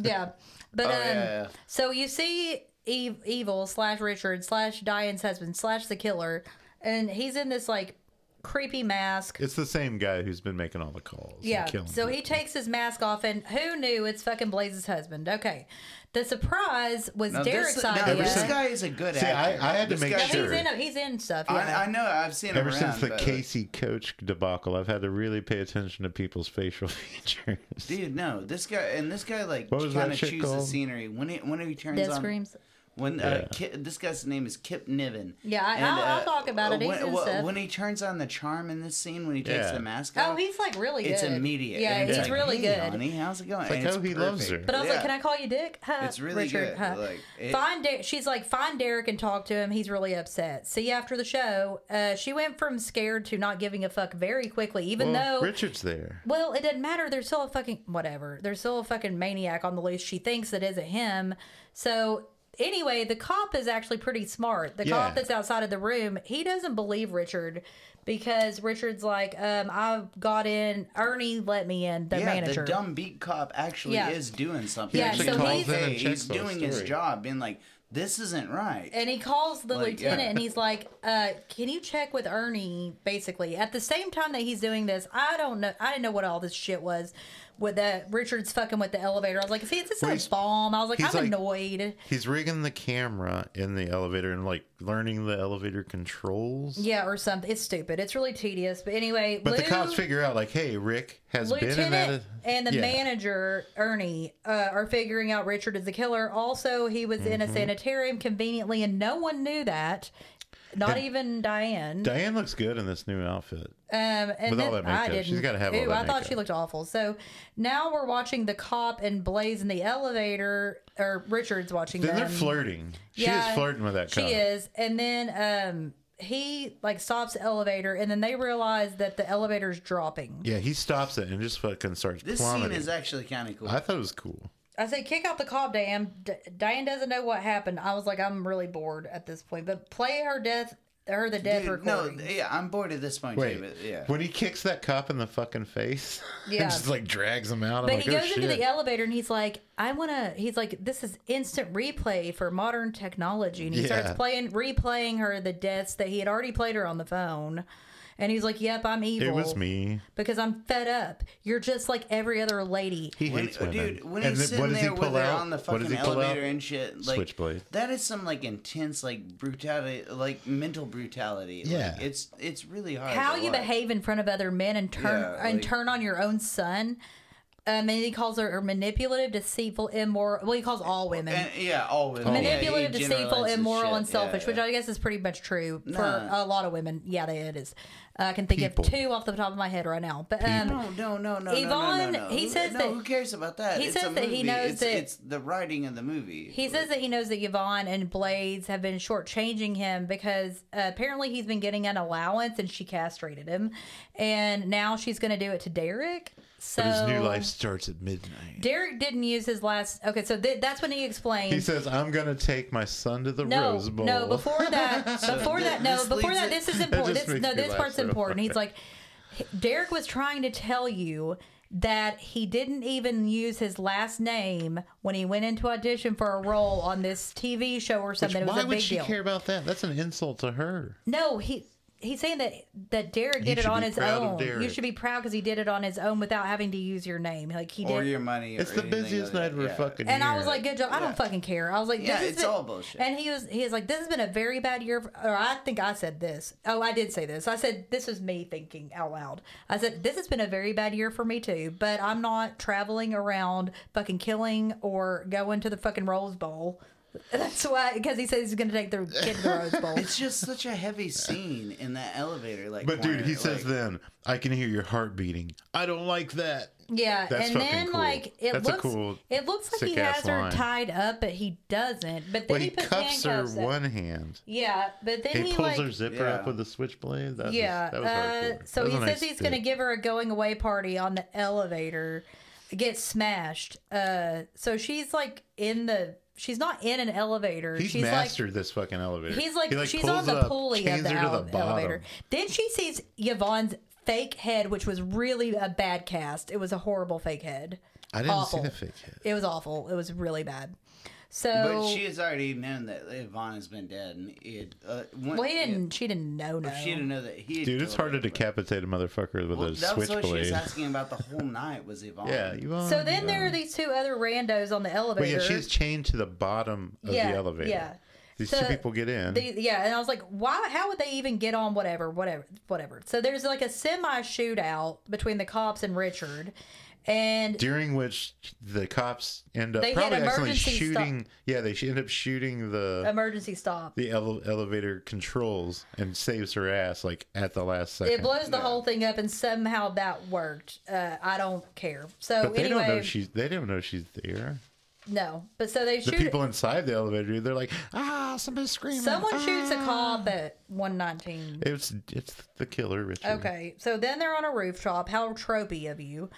Speaker 2: yeah. But
Speaker 3: Oh,
Speaker 2: um,
Speaker 3: yeah, yeah.
Speaker 2: so you see, Eve, evil slash Richard slash Diane's husband slash the killer, and he's in this like creepy mask.
Speaker 1: It's the same guy who's been making all the calls. and
Speaker 2: Yeah.
Speaker 1: killing
Speaker 2: So
Speaker 1: people.
Speaker 2: he takes his mask off, and who knew it's fucking Blaze's husband? Okay. The surprise was
Speaker 3: Now,
Speaker 2: Derek's
Speaker 3: this, now,
Speaker 2: idea.
Speaker 3: this
Speaker 1: since-
Speaker 3: guy is a good
Speaker 1: See, I-
Speaker 3: actor.
Speaker 1: I had to
Speaker 3: This
Speaker 1: make
Speaker 3: guy-
Speaker 2: Yeah,
Speaker 1: sure.
Speaker 2: He's in, he's in stuff. Yeah.
Speaker 3: I, I know. I've seen him
Speaker 1: Ever since
Speaker 3: around,
Speaker 1: the
Speaker 3: but,
Speaker 1: Casey Coach debacle, I've had to really pay attention to people's facial features.
Speaker 3: Dude, no, this guy and this guy like
Speaker 1: What was that
Speaker 3: kind of
Speaker 1: shit
Speaker 3: chooses
Speaker 1: called?
Speaker 3: scenery when he when he turns
Speaker 2: Death
Speaker 3: on.
Speaker 2: screams.
Speaker 3: When uh, Ki this guy's name is Kip Niven. uh,
Speaker 2: Yeah, I- I'll- I'll talk about it. He's
Speaker 3: When,
Speaker 2: in
Speaker 3: wh-
Speaker 2: stuff.
Speaker 3: when he turns on the charm in this scene, when he takes
Speaker 1: Yeah.
Speaker 3: the mask off,
Speaker 2: Oh, he's like really good.
Speaker 3: it's immediate.
Speaker 2: Yeah,
Speaker 3: and
Speaker 2: he's
Speaker 3: it's like,
Speaker 2: really
Speaker 3: "Hey,
Speaker 2: good.
Speaker 3: Honey, how's it going? It's
Speaker 1: like, oh, he loves her.
Speaker 2: But I was like, "Can I call you Dick?" Huh,
Speaker 3: It's really
Speaker 2: Richard,
Speaker 3: good,
Speaker 2: huh?
Speaker 3: like, it-
Speaker 2: find Der- she's like, "Find Derek and talk to him. He's really upset." See you after the show. Uh, she went from scared to not giving a fuck very quickly, even
Speaker 1: Well,
Speaker 2: though.
Speaker 1: Richard's there.
Speaker 2: Well, it doesn't matter. There's still a fucking whatever. There's still a fucking maniac on the loose. She thinks it isn't him. So anyway, the cop is actually pretty smart. The
Speaker 1: Yeah.
Speaker 2: cop that's outside of the room, he doesn't believe Richard because Richard's like, um, I got in. Ernie let me in. The
Speaker 3: yeah,
Speaker 2: manager.
Speaker 3: the dumb beat cop actually
Speaker 2: Yeah.
Speaker 3: is doing something.
Speaker 2: Yeah,
Speaker 3: He's
Speaker 2: so
Speaker 3: like,
Speaker 2: he's-
Speaker 3: "Hey,
Speaker 1: And checks
Speaker 3: he's
Speaker 1: the
Speaker 3: doing his
Speaker 1: story.
Speaker 3: job, being like, this isn't right.
Speaker 2: and he calls the
Speaker 3: Like,
Speaker 2: lieutenant
Speaker 3: yeah.
Speaker 2: and he's like, uh, "Can you check with Ernie?" Basically, at the same time that he's doing this, I don't know. I didn't know what all this shit was. with that Richard's fucking with the elevator. I was like, see, this is
Speaker 1: Well,
Speaker 2: a
Speaker 1: he's-
Speaker 2: bomb. I was like, I'm
Speaker 1: he's like-
Speaker 2: annoyed.
Speaker 1: He's rigging the camera in the elevator and like learning the elevator controls.
Speaker 2: Yeah, or something. It's stupid. It's really tedious. But anyway,
Speaker 1: But
Speaker 2: Lou,
Speaker 1: the cops figure out like, hey, Rick has been in that.
Speaker 2: Lieutenant and the
Speaker 1: Yeah.
Speaker 2: manager Ernie uh, are figuring out Richard is the killer. Also, he was
Speaker 1: Mm-hmm.
Speaker 2: in a sanitarium conveniently, and no one knew that. Not
Speaker 1: And-
Speaker 2: even Diane.
Speaker 1: Diane looks good in this new outfit.
Speaker 2: Um, and
Speaker 1: With all
Speaker 2: then
Speaker 1: that makeup,
Speaker 2: I didn't.
Speaker 1: she's gotta have all
Speaker 2: Ew,
Speaker 1: that
Speaker 2: I thought
Speaker 1: makeup.
Speaker 2: she looked awful. So now we're watching the cop and Blaze in the elevator, or Richard's watching
Speaker 1: Then they're
Speaker 2: them.
Speaker 1: flirting. she
Speaker 2: Um, yeah,
Speaker 1: is flirting with that
Speaker 2: She
Speaker 1: cop.
Speaker 2: is, and then um, he like stops the elevator, and then they realize that the elevator's dropping.
Speaker 1: Yeah, he stops it and just fucking starts
Speaker 3: This
Speaker 1: plummeting.
Speaker 3: scene is actually kind of cool.
Speaker 1: I thought it was cool.
Speaker 2: I said, kick out the cop, Diane. D- Diane doesn't know what happened. I was like, I'm really bored at this point. But play her death, her the death
Speaker 3: Dude, no,
Speaker 2: recording.
Speaker 3: yeah, I'm bored at this point.
Speaker 1: Wait,
Speaker 3: Too, but yeah.
Speaker 1: when he kicks that cop in the fucking face,
Speaker 2: Yeah.
Speaker 1: and just like drags him out. I'm
Speaker 2: but
Speaker 1: like,
Speaker 2: he goes
Speaker 1: oh, shit.
Speaker 2: into the elevator and he's like, I want to. He's like, this is instant replay for modern technology. And he
Speaker 1: Yeah.
Speaker 2: starts playing, replaying her the deaths that he had already played her on the phone. And he's like, yep, I'm evil.
Speaker 1: It was me.
Speaker 2: Because I'm fed up. You're just like every other lady.
Speaker 1: He
Speaker 3: When-
Speaker 1: hates women.
Speaker 3: Dude, when
Speaker 1: And
Speaker 3: he's
Speaker 1: then what
Speaker 3: sitting
Speaker 1: does he
Speaker 3: there with
Speaker 1: pull
Speaker 3: her
Speaker 1: out?
Speaker 3: on the
Speaker 1: What does he
Speaker 3: fucking
Speaker 1: pull out?
Speaker 3: elevator and shit, like
Speaker 1: Switchblade.
Speaker 3: that is some like intense like brutality, like mental brutality. Like,
Speaker 1: Yeah.
Speaker 3: it's it's really hard.
Speaker 2: how
Speaker 3: to
Speaker 2: you
Speaker 3: watch.
Speaker 2: behave in front of other men and turn
Speaker 3: Yeah,
Speaker 2: and
Speaker 3: like-
Speaker 2: turn on your own son. Um, and he calls her manipulative, deceitful, immoral. Well, he calls all women
Speaker 3: And, yeah,
Speaker 1: Oh.
Speaker 3: always
Speaker 2: manipulative,
Speaker 3: Oh, yeah, he
Speaker 2: deceitful,
Speaker 3: generalizes
Speaker 2: immoral,
Speaker 3: shit,
Speaker 2: and selfish,
Speaker 3: yeah,
Speaker 2: which
Speaker 3: yeah.
Speaker 2: I guess is pretty much true for a
Speaker 3: Nah.
Speaker 2: lot of women. Yeah, they, it is. I can think
Speaker 1: People.
Speaker 2: of two off the top of my head right now. But um,
Speaker 3: No, no, no, no,
Speaker 2: Yvonne,
Speaker 3: no, no, no, no.
Speaker 2: he
Speaker 3: Who-
Speaker 2: says
Speaker 3: no,
Speaker 2: that-
Speaker 3: who cares about that?
Speaker 2: he
Speaker 3: It's a
Speaker 2: says that he
Speaker 3: movie.
Speaker 2: knows
Speaker 3: it's,
Speaker 2: that-
Speaker 3: it's the writing of the movie.
Speaker 2: he says that he knows that Yvonne and Blades have been shortchanging him because uh, apparently he's been getting an allowance and she castrated him, and now she's going to do it to Derek. So
Speaker 1: But his new life starts at midnight.
Speaker 2: Derek didn't use his last. Okay, so th- that's when he explained.
Speaker 1: He says, "I'm gonna take my son to the
Speaker 2: no,
Speaker 1: Rose Bowl."
Speaker 2: no. Before that, before
Speaker 3: th-
Speaker 2: that, no.
Speaker 3: this
Speaker 2: Before
Speaker 3: leads
Speaker 2: that,
Speaker 3: it-
Speaker 2: this is important.
Speaker 1: just
Speaker 2: This,
Speaker 1: makes
Speaker 2: no,
Speaker 1: me
Speaker 2: this
Speaker 1: laugh
Speaker 2: part's
Speaker 1: so
Speaker 2: important. He's like, Derek was trying to tell you that he didn't even use his last name when he went into audition for a role on this TV show or
Speaker 1: Which,
Speaker 2: something. it was
Speaker 1: why
Speaker 2: a
Speaker 1: would
Speaker 2: big
Speaker 1: she
Speaker 2: deal.
Speaker 1: care about that? That's an insult to her.
Speaker 2: No, he. He's saying that that Derek did it
Speaker 1: should
Speaker 2: on
Speaker 1: be
Speaker 2: his
Speaker 1: proud of
Speaker 2: own. You
Speaker 1: Derek.
Speaker 2: should be proud because he did it on his own without having to use your name. Like he
Speaker 3: or
Speaker 2: did.
Speaker 3: your money.
Speaker 1: It's
Speaker 3: or
Speaker 1: the
Speaker 3: anything
Speaker 1: busiest
Speaker 3: like
Speaker 1: night
Speaker 3: that,
Speaker 1: of her
Speaker 3: yeah.
Speaker 1: fucking.
Speaker 2: And I
Speaker 1: year.
Speaker 2: was like, good job. I don't fucking care. I was like, this
Speaker 3: Yeah,
Speaker 2: has
Speaker 3: it's
Speaker 2: been-
Speaker 3: all bullshit.
Speaker 2: And he was, he was like, this has been a very bad year. For, or I think I said this. Oh, I did say this. I said this was me thinking out loud. I said this has been a very bad year for me too. But I'm not traveling around fucking killing or going to the fucking Rose Bowl. That's why because he says he's going to take the kid to the Rose Bowl.
Speaker 3: It's just such a heavy scene in that elevator. Like,
Speaker 1: But dude,
Speaker 3: corner,
Speaker 1: he says
Speaker 3: like,
Speaker 1: then, I can hear your heart beating. I don't like that.
Speaker 2: Yeah,
Speaker 1: That's
Speaker 2: and
Speaker 1: fucking
Speaker 2: then
Speaker 1: cool.
Speaker 2: like it
Speaker 1: That's a
Speaker 2: looks
Speaker 1: cool,
Speaker 2: it looks like he
Speaker 1: sick-ass
Speaker 2: has her
Speaker 1: line.
Speaker 2: tied up, but he doesn't. But then
Speaker 1: Well,
Speaker 2: he,
Speaker 1: he
Speaker 2: puts
Speaker 1: cuffs her
Speaker 2: handcuffs up.
Speaker 1: one hand.
Speaker 2: Yeah, but then
Speaker 1: He,
Speaker 2: he,
Speaker 1: pulls
Speaker 2: like,
Speaker 1: her zipper up
Speaker 3: Yeah.
Speaker 1: with a switchblade. That
Speaker 2: Yeah.
Speaker 1: Was, that was
Speaker 2: uh,
Speaker 1: hardcore.
Speaker 2: so
Speaker 1: That
Speaker 2: he
Speaker 1: was
Speaker 2: says
Speaker 1: a nice
Speaker 2: he's going to
Speaker 1: bit.
Speaker 2: give her a going away party on the elevator, gets smashed. Uh, so she's like in the. She's not in an elevator.
Speaker 1: He's
Speaker 2: she's
Speaker 1: mastered this fucking elevator.
Speaker 2: like. He's like,
Speaker 1: He,
Speaker 2: she's
Speaker 1: pulls
Speaker 2: on the
Speaker 1: up,
Speaker 2: pulley of
Speaker 1: chains
Speaker 2: the,
Speaker 1: her to
Speaker 2: ele- elevator.
Speaker 1: bottom.
Speaker 2: Then she sees Yvonne's fake head, which was really a bad cast. It was a horrible fake head.
Speaker 1: I didn't
Speaker 2: Awful.
Speaker 1: see the fake head.
Speaker 2: It was awful. It was really bad. So
Speaker 3: But
Speaker 2: Oh.
Speaker 3: she has already known that Yvonne has been dead. And it, uh, when-
Speaker 2: well, he didn't. She didn't know. No.
Speaker 3: If she didn't know that he. had
Speaker 1: Dude, it's
Speaker 3: killed
Speaker 1: hard to
Speaker 3: her, but-
Speaker 1: decapitate a motherfucker with
Speaker 3: Well,
Speaker 1: a
Speaker 3: That's what she was
Speaker 1: switchblade.
Speaker 3: asking about the whole night was Yvonne.
Speaker 1: Yeah, you
Speaker 2: So then there are these two other randos on the elevator.
Speaker 1: But yeah, she's chained to the bottom of
Speaker 2: Yeah,
Speaker 1: the elevator.
Speaker 2: yeah.
Speaker 1: These
Speaker 2: So
Speaker 1: two people get in.
Speaker 2: The, yeah, and I was like, why? How would they even get on? Whatever, whatever, whatever. So there's like a semi shootout between the cops and Richard, and
Speaker 1: during which the cops end up
Speaker 2: They hit
Speaker 1: probably accidentally
Speaker 2: emergency Um,
Speaker 1: shooting. Yeah, they sh- end up shooting the
Speaker 2: emergency stop.
Speaker 1: the ele- elevator controls and saves her ass like at the last second.
Speaker 2: It blows the whole thing up, and somehow that worked. Uh, I don't care. So
Speaker 1: but they
Speaker 2: anyway,
Speaker 1: don't know she's. They don't know she's there.
Speaker 2: no. But so they
Speaker 1: The
Speaker 2: shoot.
Speaker 1: people inside the elevator, they're like, ah, somebody's screaming.
Speaker 2: someone
Speaker 1: ah."
Speaker 2: shoots a cop at one nineteen.
Speaker 1: It's it's the killer, Richard.
Speaker 2: Okay, so then they're on a rooftop. How tropey of you.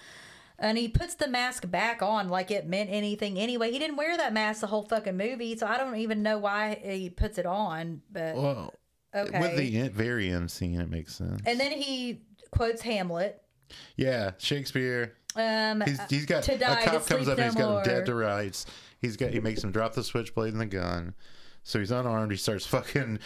Speaker 2: And he puts the mask back on like it meant anything anyway. He didn't wear that mask the whole fucking movie, so I don't even know why he puts it on. But
Speaker 1: Well,
Speaker 2: okay.
Speaker 1: with the en- very end scene, it makes sense.
Speaker 2: and then he quotes Hamlet.
Speaker 1: yeah, Shakespeare.
Speaker 2: Um,
Speaker 1: He's, he's got
Speaker 2: to die,
Speaker 1: a
Speaker 2: to
Speaker 1: cop comes
Speaker 2: sleep
Speaker 1: up and he's
Speaker 2: no
Speaker 1: got him
Speaker 2: more.
Speaker 1: dead to rights. He's got he makes him drop the switchblade and the gun. So he's unarmed. He starts fucking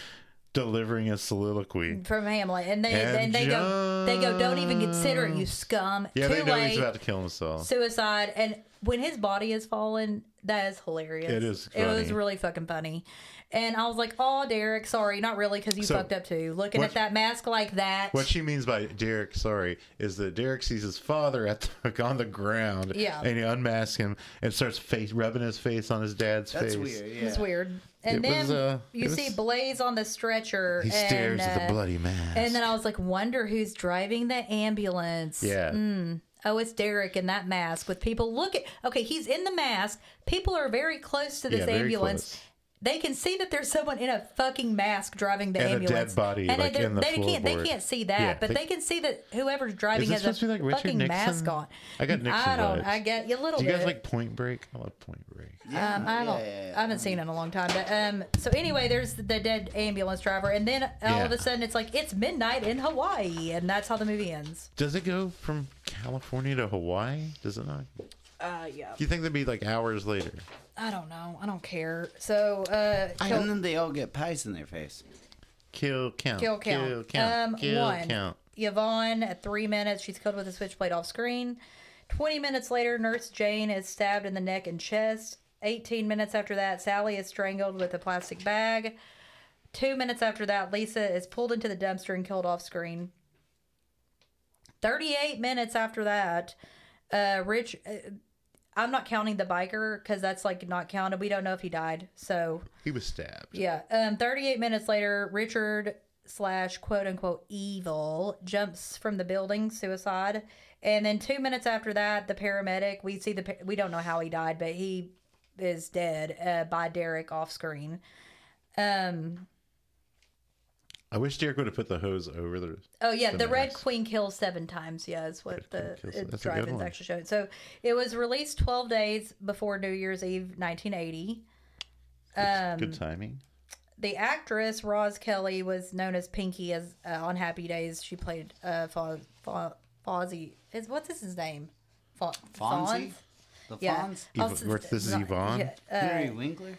Speaker 1: delivering a soliloquy.
Speaker 2: from Hamlet, and they
Speaker 1: And
Speaker 2: and, they go they go don't even consider it, you scum.
Speaker 1: Yeah,
Speaker 2: Too
Speaker 1: they know
Speaker 2: late,
Speaker 1: he's about to kill himself.
Speaker 2: suicide, and when his body is fallen, that is hilarious.
Speaker 1: It is
Speaker 2: It was
Speaker 1: funny.
Speaker 2: really fucking funny, and I was like, oh, Derek, sorry, not really, because you
Speaker 1: So,
Speaker 2: fucked up too. Looking
Speaker 1: what-
Speaker 2: at that mask like that.
Speaker 1: What she means by Derek, sorry, is that Derek sees his father at the, on the ground.
Speaker 2: Yeah.
Speaker 1: And he unmasks him and starts face rubbing his face on his dad's
Speaker 3: That's
Speaker 1: face.
Speaker 3: weird. Yeah.
Speaker 2: it's weird. And
Speaker 1: It
Speaker 2: then
Speaker 1: was, uh,
Speaker 2: you
Speaker 1: it was-
Speaker 2: see Blaze on the stretcher.
Speaker 1: He
Speaker 2: and,
Speaker 1: stares at the
Speaker 2: uh,
Speaker 1: bloody mask.
Speaker 2: And then I was like, wonder who's driving the ambulance.
Speaker 1: yeah.
Speaker 2: Oh, it's Derek in that mask with people. Look at okay, he's in the mask. People are very close to
Speaker 1: Yeah,
Speaker 2: this
Speaker 1: very
Speaker 2: ambulance.
Speaker 1: close.
Speaker 2: They can see that there's someone in a fucking mask driving the
Speaker 1: And a dead
Speaker 2: ambulance.
Speaker 1: body, like,
Speaker 2: they're-
Speaker 1: in the
Speaker 2: they can't they
Speaker 1: floorboard.
Speaker 2: can't see that,
Speaker 1: Yeah,
Speaker 2: but
Speaker 1: they-
Speaker 2: they, can see that whoever's
Speaker 1: Is
Speaker 2: driving
Speaker 1: this
Speaker 2: has a
Speaker 1: supposed to be like Richard
Speaker 2: fucking
Speaker 1: Nixon?
Speaker 2: mask on.
Speaker 1: I got Nixon
Speaker 2: I don't.
Speaker 1: vibes.
Speaker 2: I get a little
Speaker 1: Do you
Speaker 2: bit.
Speaker 1: guys like Point Break? I love Point Break.
Speaker 2: Um, I don't.
Speaker 3: yeah, yeah.
Speaker 2: I haven't seen it in a long time. But um, so anyway, there's the dead ambulance driver, and then all of
Speaker 1: Yeah.
Speaker 2: a sudden it's like it's midnight in Hawaii, and that's how the movie ends.
Speaker 1: Does it go from California to Hawaii? Does it not? Do
Speaker 2: Uh, yeah.
Speaker 1: you think that'd be like hours later?
Speaker 2: I don't know. I don't care. So uh,
Speaker 3: And then they all get pies in their face.
Speaker 1: Kill count.
Speaker 2: Kill count.
Speaker 1: Kill count.
Speaker 2: Um,
Speaker 1: kill
Speaker 2: one.
Speaker 1: count.
Speaker 2: Yvonne at three minutes. She's killed with a switchblade off screen. 20 minutes later, Nurse Jane is stabbed in the neck and chest. 18 minutes after that, Sally is strangled with a plastic bag. Two minutes after that, Lisa is pulled into the dumpster and killed off screen. 38 minutes after that, uh, Rich. Uh, I'm not counting the biker because that's like not counted. We don't know if he died. So
Speaker 1: He was stabbed.
Speaker 2: yeah. Um, 38 minutes later, Richard slash quote unquote evil jumps from the building, suicide. And then two minutes after that, the paramedic, we see the, pa- we don't know how he died, but he is dead uh, by Derek off screen. Um,
Speaker 1: I wish Derek would have put the hose over the.
Speaker 2: oh, yeah.
Speaker 1: The
Speaker 2: The, Red
Speaker 1: mask.
Speaker 2: Queen kills seven times. Yeah, is what the
Speaker 1: Queen kills-
Speaker 2: it-
Speaker 1: that's a good
Speaker 2: drive-in's
Speaker 1: one.
Speaker 2: actually showing. So it was released 12 days before New Year's Eve, 1980.
Speaker 1: Good-
Speaker 2: Um,
Speaker 1: good timing.
Speaker 2: the actress Roz Kelly was known as Pinky as uh, on Happy Days. She played uh, Fo- Fo- Fozzie. Is what's his his name? Fo-
Speaker 3: Fonzie?
Speaker 2: Fonz?
Speaker 3: The
Speaker 2: Yeah.
Speaker 3: Fonz?
Speaker 1: Yv-
Speaker 2: Also-
Speaker 1: where- this is
Speaker 2: not-
Speaker 1: Yvonne?
Speaker 2: Yeah,
Speaker 3: Henry Winkler?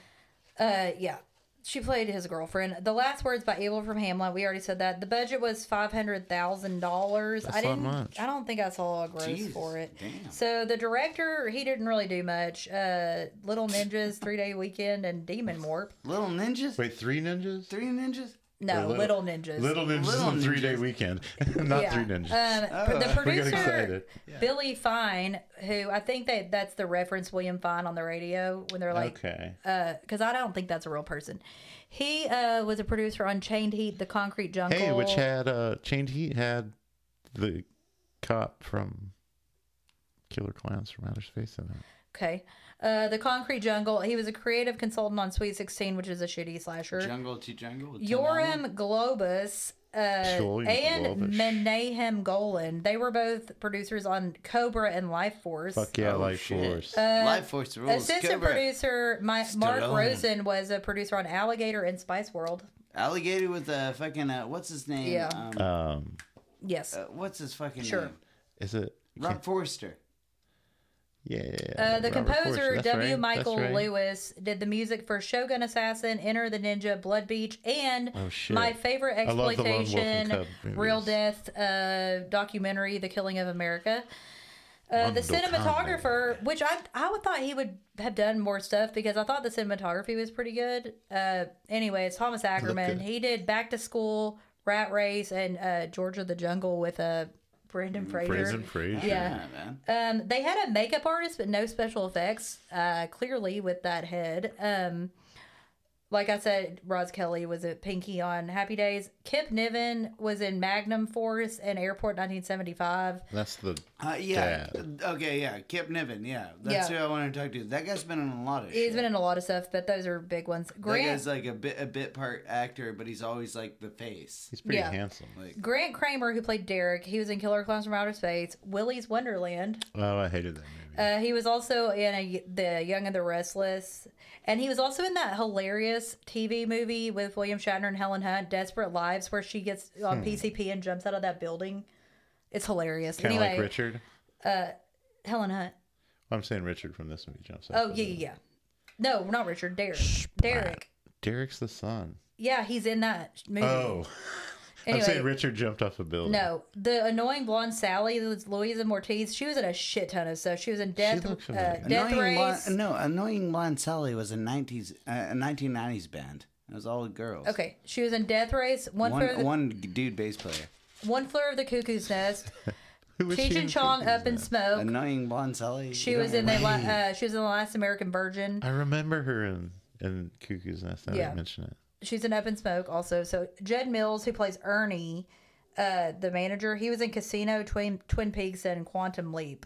Speaker 2: uh, yeah. She played his girlfriend. The last words by Abel from Hamlet. We already said that. The budget was five hundred thousand dollars. I
Speaker 1: not
Speaker 2: didn't.
Speaker 1: much.
Speaker 2: I don't think I saw a gross
Speaker 3: Jeez,
Speaker 2: for it.
Speaker 3: damn.
Speaker 2: So the director, he didn't really do much. Uh, Little Ninjas, Three Day Weekend, and Demon Warp.
Speaker 3: Little ninjas?
Speaker 1: Wait, three ninjas?
Speaker 3: Three ninjas?
Speaker 2: No,
Speaker 1: Or
Speaker 2: Little, Ninjas.
Speaker 1: Little ninjas
Speaker 3: Little
Speaker 1: on three day
Speaker 3: Ninjas.
Speaker 1: weekend, not three ninjas.
Speaker 2: Um, pr- the
Speaker 1: We got
Speaker 2: producer
Speaker 1: excited.
Speaker 2: Billy Fine, who I think that that's the reference William Fine on the radio when they're like,
Speaker 1: okay.
Speaker 2: because I don't think that's a real person. He uh, was a producer on Chained Heat, The Concrete Jungle.
Speaker 1: Hey, which had uh, Chained Heat had the cop from Killer Clowns from Outer Space in it.
Speaker 2: okay, uh, The Concrete Jungle. He was a creative consultant on Sweet Sixteen, which is a shitty slasher.
Speaker 3: Jungle to jungle? with Tim Allen?
Speaker 2: Yoram Globus uh,
Speaker 1: Joram
Speaker 2: and
Speaker 1: Globus.
Speaker 2: Menahem Golan. They were both producers on Cobra and Life Force.
Speaker 1: Fuck yeah,
Speaker 3: Oh,
Speaker 1: Life
Speaker 3: shit.
Speaker 1: Force.
Speaker 2: Uh,
Speaker 3: Life Force rules.
Speaker 2: um, Assistant
Speaker 3: Cobra.
Speaker 2: producer my, Mark
Speaker 3: Stallone.
Speaker 2: Rosen was a producer on Alligator and Spice World.
Speaker 3: Alligator with a fucking, uh, what's his name?
Speaker 2: Yeah.
Speaker 3: Um,
Speaker 1: um,
Speaker 2: Yes.
Speaker 3: uh, what's his fucking
Speaker 2: Sure.
Speaker 3: name?
Speaker 1: is it?
Speaker 3: Rob Forster.
Speaker 1: Yeah.
Speaker 2: Uh, the
Speaker 1: Robert
Speaker 2: composer
Speaker 1: Forster, that's
Speaker 2: W.
Speaker 1: right,
Speaker 2: Michael
Speaker 1: that's right.
Speaker 2: Lewis did the music for Shogun Assassin, Enter the Ninja, Blood Beach, and
Speaker 1: Oh, shit.
Speaker 2: my favorite
Speaker 1: I love the Lone Wolf and
Speaker 2: exploitation,
Speaker 1: Cub movies.
Speaker 2: Real Death uh, documentary, The Killing of America. Uh, the
Speaker 1: Wonderful
Speaker 2: cinematographer, which I I would thought he would have done more stuff because I thought the cinematography was pretty good. Uh, anyway, it's Thomas Ackerman.
Speaker 1: good.
Speaker 2: He did Back to School, Rat Race, and uh, Georgia the Jungle with uh, Brendan Fraser.
Speaker 1: Brendan Mm, Fraser.
Speaker 2: Yeah.
Speaker 3: man.
Speaker 2: Um, they had a makeup artist, but no special effects. Uh, clearly, with that head. Um, like I said, Roz Kelly was at Pinky on Happy Days. Kip Niven was in Magnum Force and Airport 1975.
Speaker 1: That's the.
Speaker 3: Uh, yeah.
Speaker 1: Dad.
Speaker 3: Okay, yeah. Kip Niven, yeah. That's
Speaker 2: Yeah.
Speaker 3: who I want to talk to. That guy's been in a lot of shit.
Speaker 2: He's been in a lot of stuff, but those are big ones.
Speaker 3: that
Speaker 2: Grant
Speaker 3: guy's like a bit a bit part actor, but he's always like the face.
Speaker 1: He's pretty
Speaker 2: Yeah.
Speaker 1: handsome.
Speaker 3: Like
Speaker 2: Grant Kramer, who played Derek, he was in Killer Clowns from Outer Space, Willy's Wonderland.
Speaker 1: Oh, I hated that movie.
Speaker 2: Uh, he was also in a, the Young and the Restless, and he was also in that hilarious TV movie with William Shatner and Helen Hunt, Desperate Lives, where she gets on
Speaker 1: Hmm.
Speaker 2: PCP and jumps out of that building. It's hilarious.
Speaker 1: Kind of
Speaker 2: anyway,
Speaker 1: like Richard.
Speaker 2: Helen Hunt.
Speaker 1: I'm saying Richard from this movie jumps.
Speaker 2: Oh
Speaker 1: out.
Speaker 2: yeah, yeah, yeah. No, not Richard. Derek. Derek.
Speaker 1: Derek's the son.
Speaker 2: Yeah, he's in that movie.
Speaker 1: Oh,
Speaker 2: Anyway.
Speaker 1: I'm saying Richard jumped off a building.
Speaker 2: No, the annoying blonde Sally, that was Louisa Mortiz, she was in a shit ton of stuff. She was in Death,
Speaker 1: looks
Speaker 2: uh,
Speaker 1: familiar.
Speaker 2: Death
Speaker 3: Annoying Lon-
Speaker 2: Race.
Speaker 3: no, Annoying Lon Sully was a 90s, uh, a 1990s band. It was all girls.
Speaker 2: okay, she was in Death Race, One,
Speaker 3: One,
Speaker 2: Floor, of the, one.
Speaker 3: one dude bass player.
Speaker 2: Floor of the Cuckoo's Nest,
Speaker 1: Who was
Speaker 2: Cheech
Speaker 1: she
Speaker 2: and
Speaker 1: in
Speaker 2: Chong, uh,
Speaker 1: Cuckoo's
Speaker 2: Up in
Speaker 1: Nest?
Speaker 2: Smoke.
Speaker 3: Annoying Lon Sully.
Speaker 2: she
Speaker 3: you
Speaker 2: was
Speaker 3: don't
Speaker 2: in the la-
Speaker 3: remember?
Speaker 2: uh, she was in the Last American Virgin.
Speaker 1: I remember her in in Cuckoo's Nest. I
Speaker 2: Yeah.
Speaker 1: didn't mention it.
Speaker 2: She's in Up in Smoke also. So Jed Mills, who plays Ernie, uh, the manager, he was in Casino, Twin Twin Peaks, and Quantum Leap.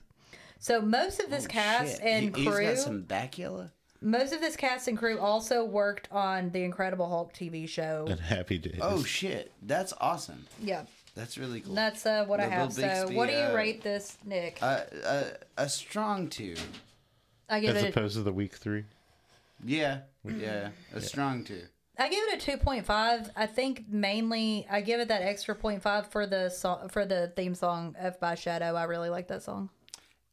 Speaker 2: So most of this cast
Speaker 3: Shit,
Speaker 2: and
Speaker 3: he,
Speaker 2: crew,
Speaker 3: He's got some bacula.
Speaker 2: most of this cast and crew also worked on the Incredible Hulk TV show.
Speaker 1: And Happy Days.
Speaker 3: Oh shit, that's awesome.
Speaker 2: Yeah,
Speaker 3: That's really cool.
Speaker 2: And that's uh, what I
Speaker 3: The
Speaker 2: have.
Speaker 3: Bill
Speaker 2: So
Speaker 3: Bixby,
Speaker 2: what do you
Speaker 3: uh,
Speaker 2: rate this, Nick?
Speaker 3: Uh, uh, a strong two.
Speaker 2: I give
Speaker 1: as
Speaker 2: it. A,
Speaker 1: opposed to the week three.
Speaker 3: Yeah,
Speaker 1: Mm-hmm.
Speaker 3: yeah, a strong two.
Speaker 2: I give it a two point five. I think mainly I give it that extra point five for the song for the theme song "F by Shadow." I really like that song.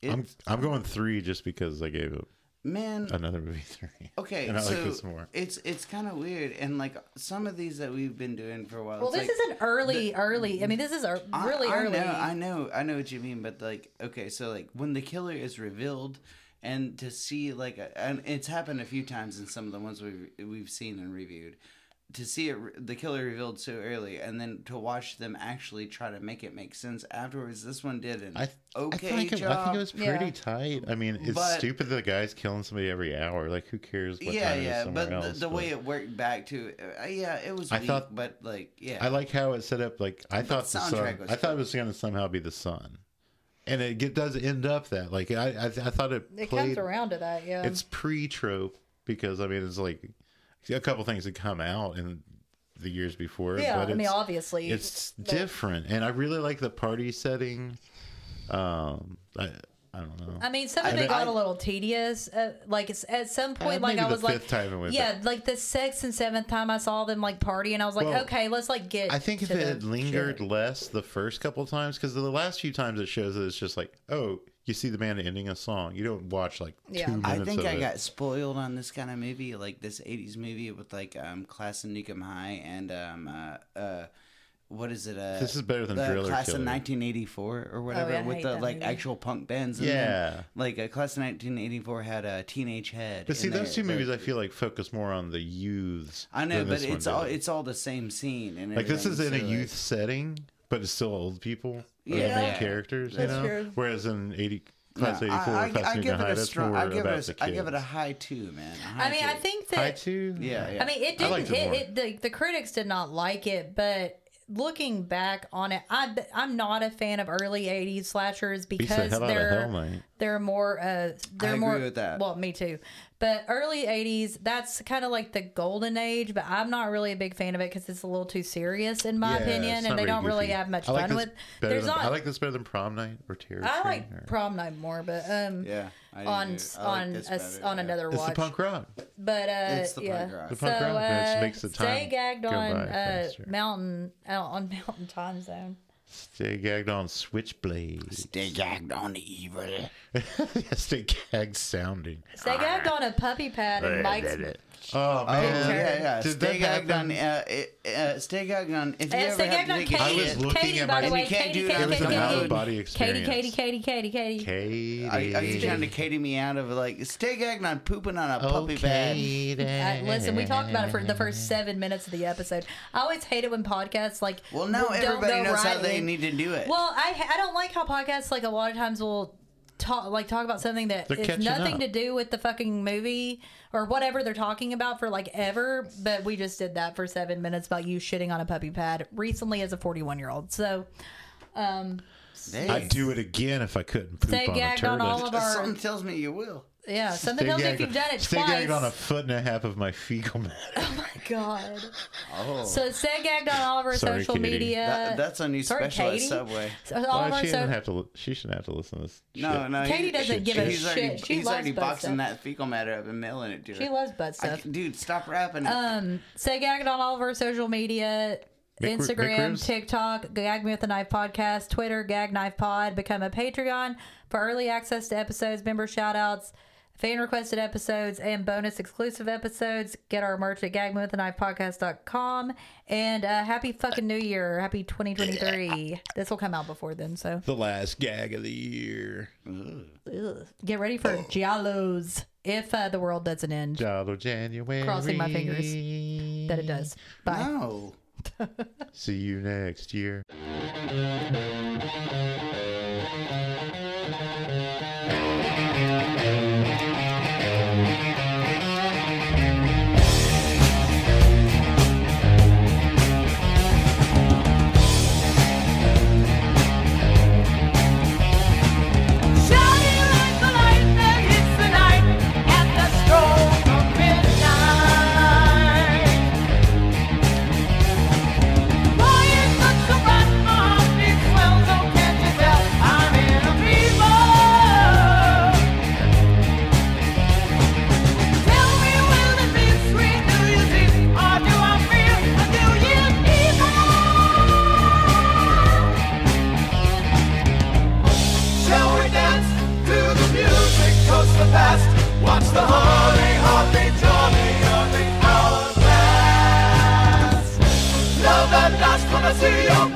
Speaker 3: It,
Speaker 1: I'm I'm going three just because I gave it
Speaker 3: man,
Speaker 1: another movie three.
Speaker 3: okay,
Speaker 1: and I
Speaker 3: so
Speaker 1: like this more.
Speaker 3: it's it's kind of weird, and like some of these that we've been doing for a while.
Speaker 2: Well, this
Speaker 3: it's
Speaker 2: is
Speaker 3: like,
Speaker 2: an early, early. I mean, this is a
Speaker 3: I-
Speaker 2: really
Speaker 3: I,
Speaker 2: early.
Speaker 3: know, I know, I know what you mean, but like, okay, so like when the killer is revealed, and to see like, a, and it's happened a few times in some of the ones we've we've seen and reviewed, to see it re- the killer revealed so early, and then to watch them actually try to make it make sense afterwards. This one did an
Speaker 1: I,
Speaker 3: okay
Speaker 1: I, think it,
Speaker 3: job.
Speaker 1: I think it was pretty
Speaker 2: Yeah.
Speaker 1: tight. I mean, it's
Speaker 3: But-
Speaker 1: stupid that the guy's killing somebody every hour. Like, who cares? What
Speaker 3: yeah,
Speaker 1: time it is
Speaker 3: yeah,
Speaker 1: somewhere
Speaker 3: but
Speaker 1: else,
Speaker 3: the, the way it worked back to, uh, yeah, it was
Speaker 1: I
Speaker 3: weak,
Speaker 1: thought-
Speaker 3: but like, yeah,
Speaker 1: I like how it set up. Like, I thought the sun,
Speaker 3: soundtrack was
Speaker 1: I thought it was going to somehow be the sun, and it get, does end up that. Like, I I, I thought it,
Speaker 2: It
Speaker 1: played.
Speaker 2: comes around to that, yeah.
Speaker 1: It's pre trope because I mean, it's like a couple things that come out in the years before.
Speaker 2: yeah,
Speaker 1: but
Speaker 2: I mean,
Speaker 1: it's-
Speaker 2: obviously,
Speaker 1: it's different and i really like the party setting um i i don't know
Speaker 2: I mean, some of
Speaker 1: I
Speaker 2: it
Speaker 1: mean,
Speaker 2: got
Speaker 1: I-
Speaker 2: a little tedious. Uh, like it's, at some point, like
Speaker 1: maybe
Speaker 2: I
Speaker 1: the
Speaker 2: was like,
Speaker 1: fifth time it went
Speaker 2: yeah,
Speaker 1: back.
Speaker 2: like the sixth and seventh time I saw them like party, and I was like,
Speaker 1: Well,
Speaker 2: okay, let's like get.
Speaker 1: i think if
Speaker 2: to
Speaker 1: it
Speaker 2: the
Speaker 1: had lingered
Speaker 2: shit.
Speaker 1: less the first couple times because the last few times it shows that it's just like oh you see the band ending a song you don't watch like
Speaker 2: Yeah.
Speaker 1: two minutes
Speaker 3: I think
Speaker 1: of
Speaker 3: I
Speaker 1: it.
Speaker 3: got spoiled on this kind of movie, like this '80s movie with like um, Class of Newcomb High and um, uh, uh, what is it? Uh,
Speaker 1: This is better than
Speaker 3: the
Speaker 1: Driller
Speaker 3: Class
Speaker 1: Killer.
Speaker 3: of 1984 or whatever
Speaker 2: Oh, yeah, I
Speaker 3: with
Speaker 2: hate
Speaker 3: the
Speaker 2: that
Speaker 3: like
Speaker 2: movie.
Speaker 3: actual punk bands. in
Speaker 1: Yeah.
Speaker 3: them. like uh, Class of 1984 had a Teenage Head.
Speaker 1: but see
Speaker 3: in there,
Speaker 1: those two
Speaker 3: like-
Speaker 1: movies i feel like focus more on the youths
Speaker 3: I know,
Speaker 1: than
Speaker 3: but
Speaker 1: this one
Speaker 3: it's all
Speaker 1: did.
Speaker 3: it's all the same scene. And
Speaker 1: like this is in
Speaker 3: everything,
Speaker 1: a
Speaker 3: so, like-
Speaker 1: youth setting but it's still old people yeah,
Speaker 3: Yeah.
Speaker 1: main characters you
Speaker 3: That's
Speaker 1: know
Speaker 2: true.
Speaker 1: whereas in 80
Speaker 3: No,
Speaker 1: class 84
Speaker 3: I, I,
Speaker 1: class
Speaker 3: I give
Speaker 1: High,
Speaker 3: it a
Speaker 1: that's
Speaker 3: strong.
Speaker 1: more
Speaker 3: I give
Speaker 1: about
Speaker 3: it
Speaker 1: the
Speaker 3: a, I give it a
Speaker 1: kids.
Speaker 3: high two, man. a high
Speaker 2: I mean,
Speaker 3: two.
Speaker 2: I think that
Speaker 1: High two
Speaker 3: Yeah, yeah.
Speaker 2: I mean, it
Speaker 1: I
Speaker 2: didn't.
Speaker 1: liked it more.
Speaker 2: it, it, the, the critics did not like it, but looking back on it, I, I'm not a fan of early '80s slashers
Speaker 1: Beats the
Speaker 2: because
Speaker 1: hell out of
Speaker 2: they're
Speaker 1: Hell Knight.
Speaker 2: they're more uh they're
Speaker 3: agree
Speaker 2: more
Speaker 3: with that.
Speaker 2: well me too but early 80s that's kind of like the golden age but i'm not really a big fan of it because it's a little too serious in my
Speaker 1: Yeah,
Speaker 2: opinion
Speaker 1: it's
Speaker 2: and
Speaker 1: not
Speaker 2: they don't really
Speaker 1: goofy.
Speaker 2: have much
Speaker 1: I like
Speaker 2: fun
Speaker 1: this
Speaker 2: with
Speaker 1: better
Speaker 2: there's
Speaker 1: than-
Speaker 2: not
Speaker 1: I like this better than prom night or Terror
Speaker 2: I
Speaker 1: Train.
Speaker 2: like
Speaker 1: or-
Speaker 2: prom night more but um
Speaker 3: Yeah. I do
Speaker 2: on
Speaker 3: too.
Speaker 2: s-
Speaker 3: I like
Speaker 2: on
Speaker 3: this
Speaker 2: a s-
Speaker 3: better,
Speaker 2: on
Speaker 3: yeah.
Speaker 2: another
Speaker 1: It's
Speaker 2: watch
Speaker 1: the punk rock.
Speaker 2: but uh
Speaker 3: It's the
Speaker 2: yeah
Speaker 3: punk rock.
Speaker 1: The
Speaker 2: so
Speaker 1: punk rock, but it just
Speaker 2: uh,
Speaker 1: makes the
Speaker 2: stay
Speaker 1: time
Speaker 2: gagged
Speaker 1: go
Speaker 2: on
Speaker 1: by
Speaker 2: uh,
Speaker 1: faster.
Speaker 2: mountain out on mountain time zone
Speaker 1: Stay gagged on Switchblade.
Speaker 3: Stay gagged on the evil.
Speaker 1: Stay gagged sounding.
Speaker 2: stay gagged on a puppy pad and mike's
Speaker 1: Oh
Speaker 3: Oh,
Speaker 1: man,
Speaker 3: yeah, yeah.
Speaker 1: Did that
Speaker 3: stay gagged on.
Speaker 1: happen?
Speaker 3: Uh, uh, uh, stay gagged on. If you
Speaker 2: Yeah,
Speaker 3: ever
Speaker 2: stay
Speaker 3: have
Speaker 2: gagged
Speaker 3: to
Speaker 2: on
Speaker 3: take a
Speaker 1: I
Speaker 2: Katie.
Speaker 1: was
Speaker 3: shit,
Speaker 1: looking
Speaker 2: Katie,
Speaker 1: at
Speaker 2: by
Speaker 1: my-
Speaker 2: the way,
Speaker 3: You can't
Speaker 2: Katie,
Speaker 3: do
Speaker 2: Katie,
Speaker 3: that with
Speaker 2: Katie,
Speaker 3: an
Speaker 2: Katie,
Speaker 1: out-of-body
Speaker 2: Katie, Katie,
Speaker 1: experience.
Speaker 2: Katie, Katie, Katie.
Speaker 1: Katie.
Speaker 3: are, are you trying to Katie me out of like stay gagged on pooping on a
Speaker 1: Oh,
Speaker 3: puppy bed?
Speaker 1: okay.
Speaker 2: Uh,
Speaker 1: then.
Speaker 2: listen, we talked about it for the first seven minutes of the episode. I always hate it when podcasts like
Speaker 3: Well, now
Speaker 2: don't
Speaker 3: everybody
Speaker 2: go
Speaker 3: knows how
Speaker 2: right
Speaker 3: they
Speaker 2: in.
Speaker 3: need to do it.
Speaker 2: Well, I I don't like how podcasts like a lot of times will talk like talk about something that
Speaker 1: They're
Speaker 2: is
Speaker 1: catching
Speaker 2: nothing
Speaker 1: up.
Speaker 2: to do with the fucking movie or whatever they're talking about for like ever. But we just did that for seven minutes about you shitting on a puppy pad recently as a forty one year old. So. Um,
Speaker 3: Hey,
Speaker 1: I'd do it again if I couldn't poop
Speaker 2: Stay
Speaker 1: on a
Speaker 2: gagged on
Speaker 1: turd.
Speaker 2: all of our-
Speaker 3: Something tells me you will.
Speaker 2: yeah, something
Speaker 1: Stay
Speaker 2: else if
Speaker 1: gagged-
Speaker 2: you've done it
Speaker 1: Stay
Speaker 2: twice.
Speaker 1: gagged on a foot and a half of my fecal matter.
Speaker 2: God.
Speaker 3: Oh,
Speaker 2: So stay gagged on all of our
Speaker 1: Sorry,
Speaker 2: social
Speaker 1: Katie.
Speaker 2: media.
Speaker 3: That- that's a new
Speaker 2: sorry,
Speaker 3: special at
Speaker 2: Katie.
Speaker 3: Subway.
Speaker 2: So all
Speaker 1: Why
Speaker 2: of our
Speaker 1: she didn't
Speaker 2: so,
Speaker 1: have to. li- She shouldn't have to listen to this.
Speaker 3: No,
Speaker 1: shit.
Speaker 3: no.
Speaker 2: Katie
Speaker 3: he-
Speaker 2: doesn't
Speaker 3: she-
Speaker 2: give a
Speaker 3: he's already,
Speaker 2: shit. She
Speaker 3: he's
Speaker 2: loves
Speaker 3: already
Speaker 2: butt
Speaker 3: boxing
Speaker 2: stuff.
Speaker 3: that fecal matter up and mailing it to her.
Speaker 2: she loves butt
Speaker 3: I-
Speaker 2: stuff.
Speaker 3: dude, stop rapping. it.
Speaker 2: Um, stay gagged on all of our social media.
Speaker 1: Mick- Mick
Speaker 2: Instagram,
Speaker 1: Ribs?
Speaker 2: TikTok, Gag Me with a Knife podcast, Twitter, Gag Knife Pod. Become a Patreon for early access to episodes, member shout outs, fan requested episodes, and bonus exclusive episodes. Get our merch at gagwiththeknifepodcast.com. And uh, happy fucking New Year. Happy 2023. This will come out before then, so
Speaker 1: The last gag of the year.
Speaker 2: Ugh. get ready for Giallos if uh, the world doesn't end.
Speaker 1: Jolly January.
Speaker 2: Crossing my fingers that it does. Bye.
Speaker 3: No.
Speaker 1: See you next year.
Speaker 4: Shining like the light that hits the night at the stroke of midnight. Boy, it looks so bright, my heart it swells. Oh, can't you tell I'm in a fever? Tell me, will it be sweet New Year's Eve, or do I feel a New Year's Evil?
Speaker 6: Shall we dance to the music, toast the past? Watch the honey, honey, jolly of the hourglass. Love that lasts when I see your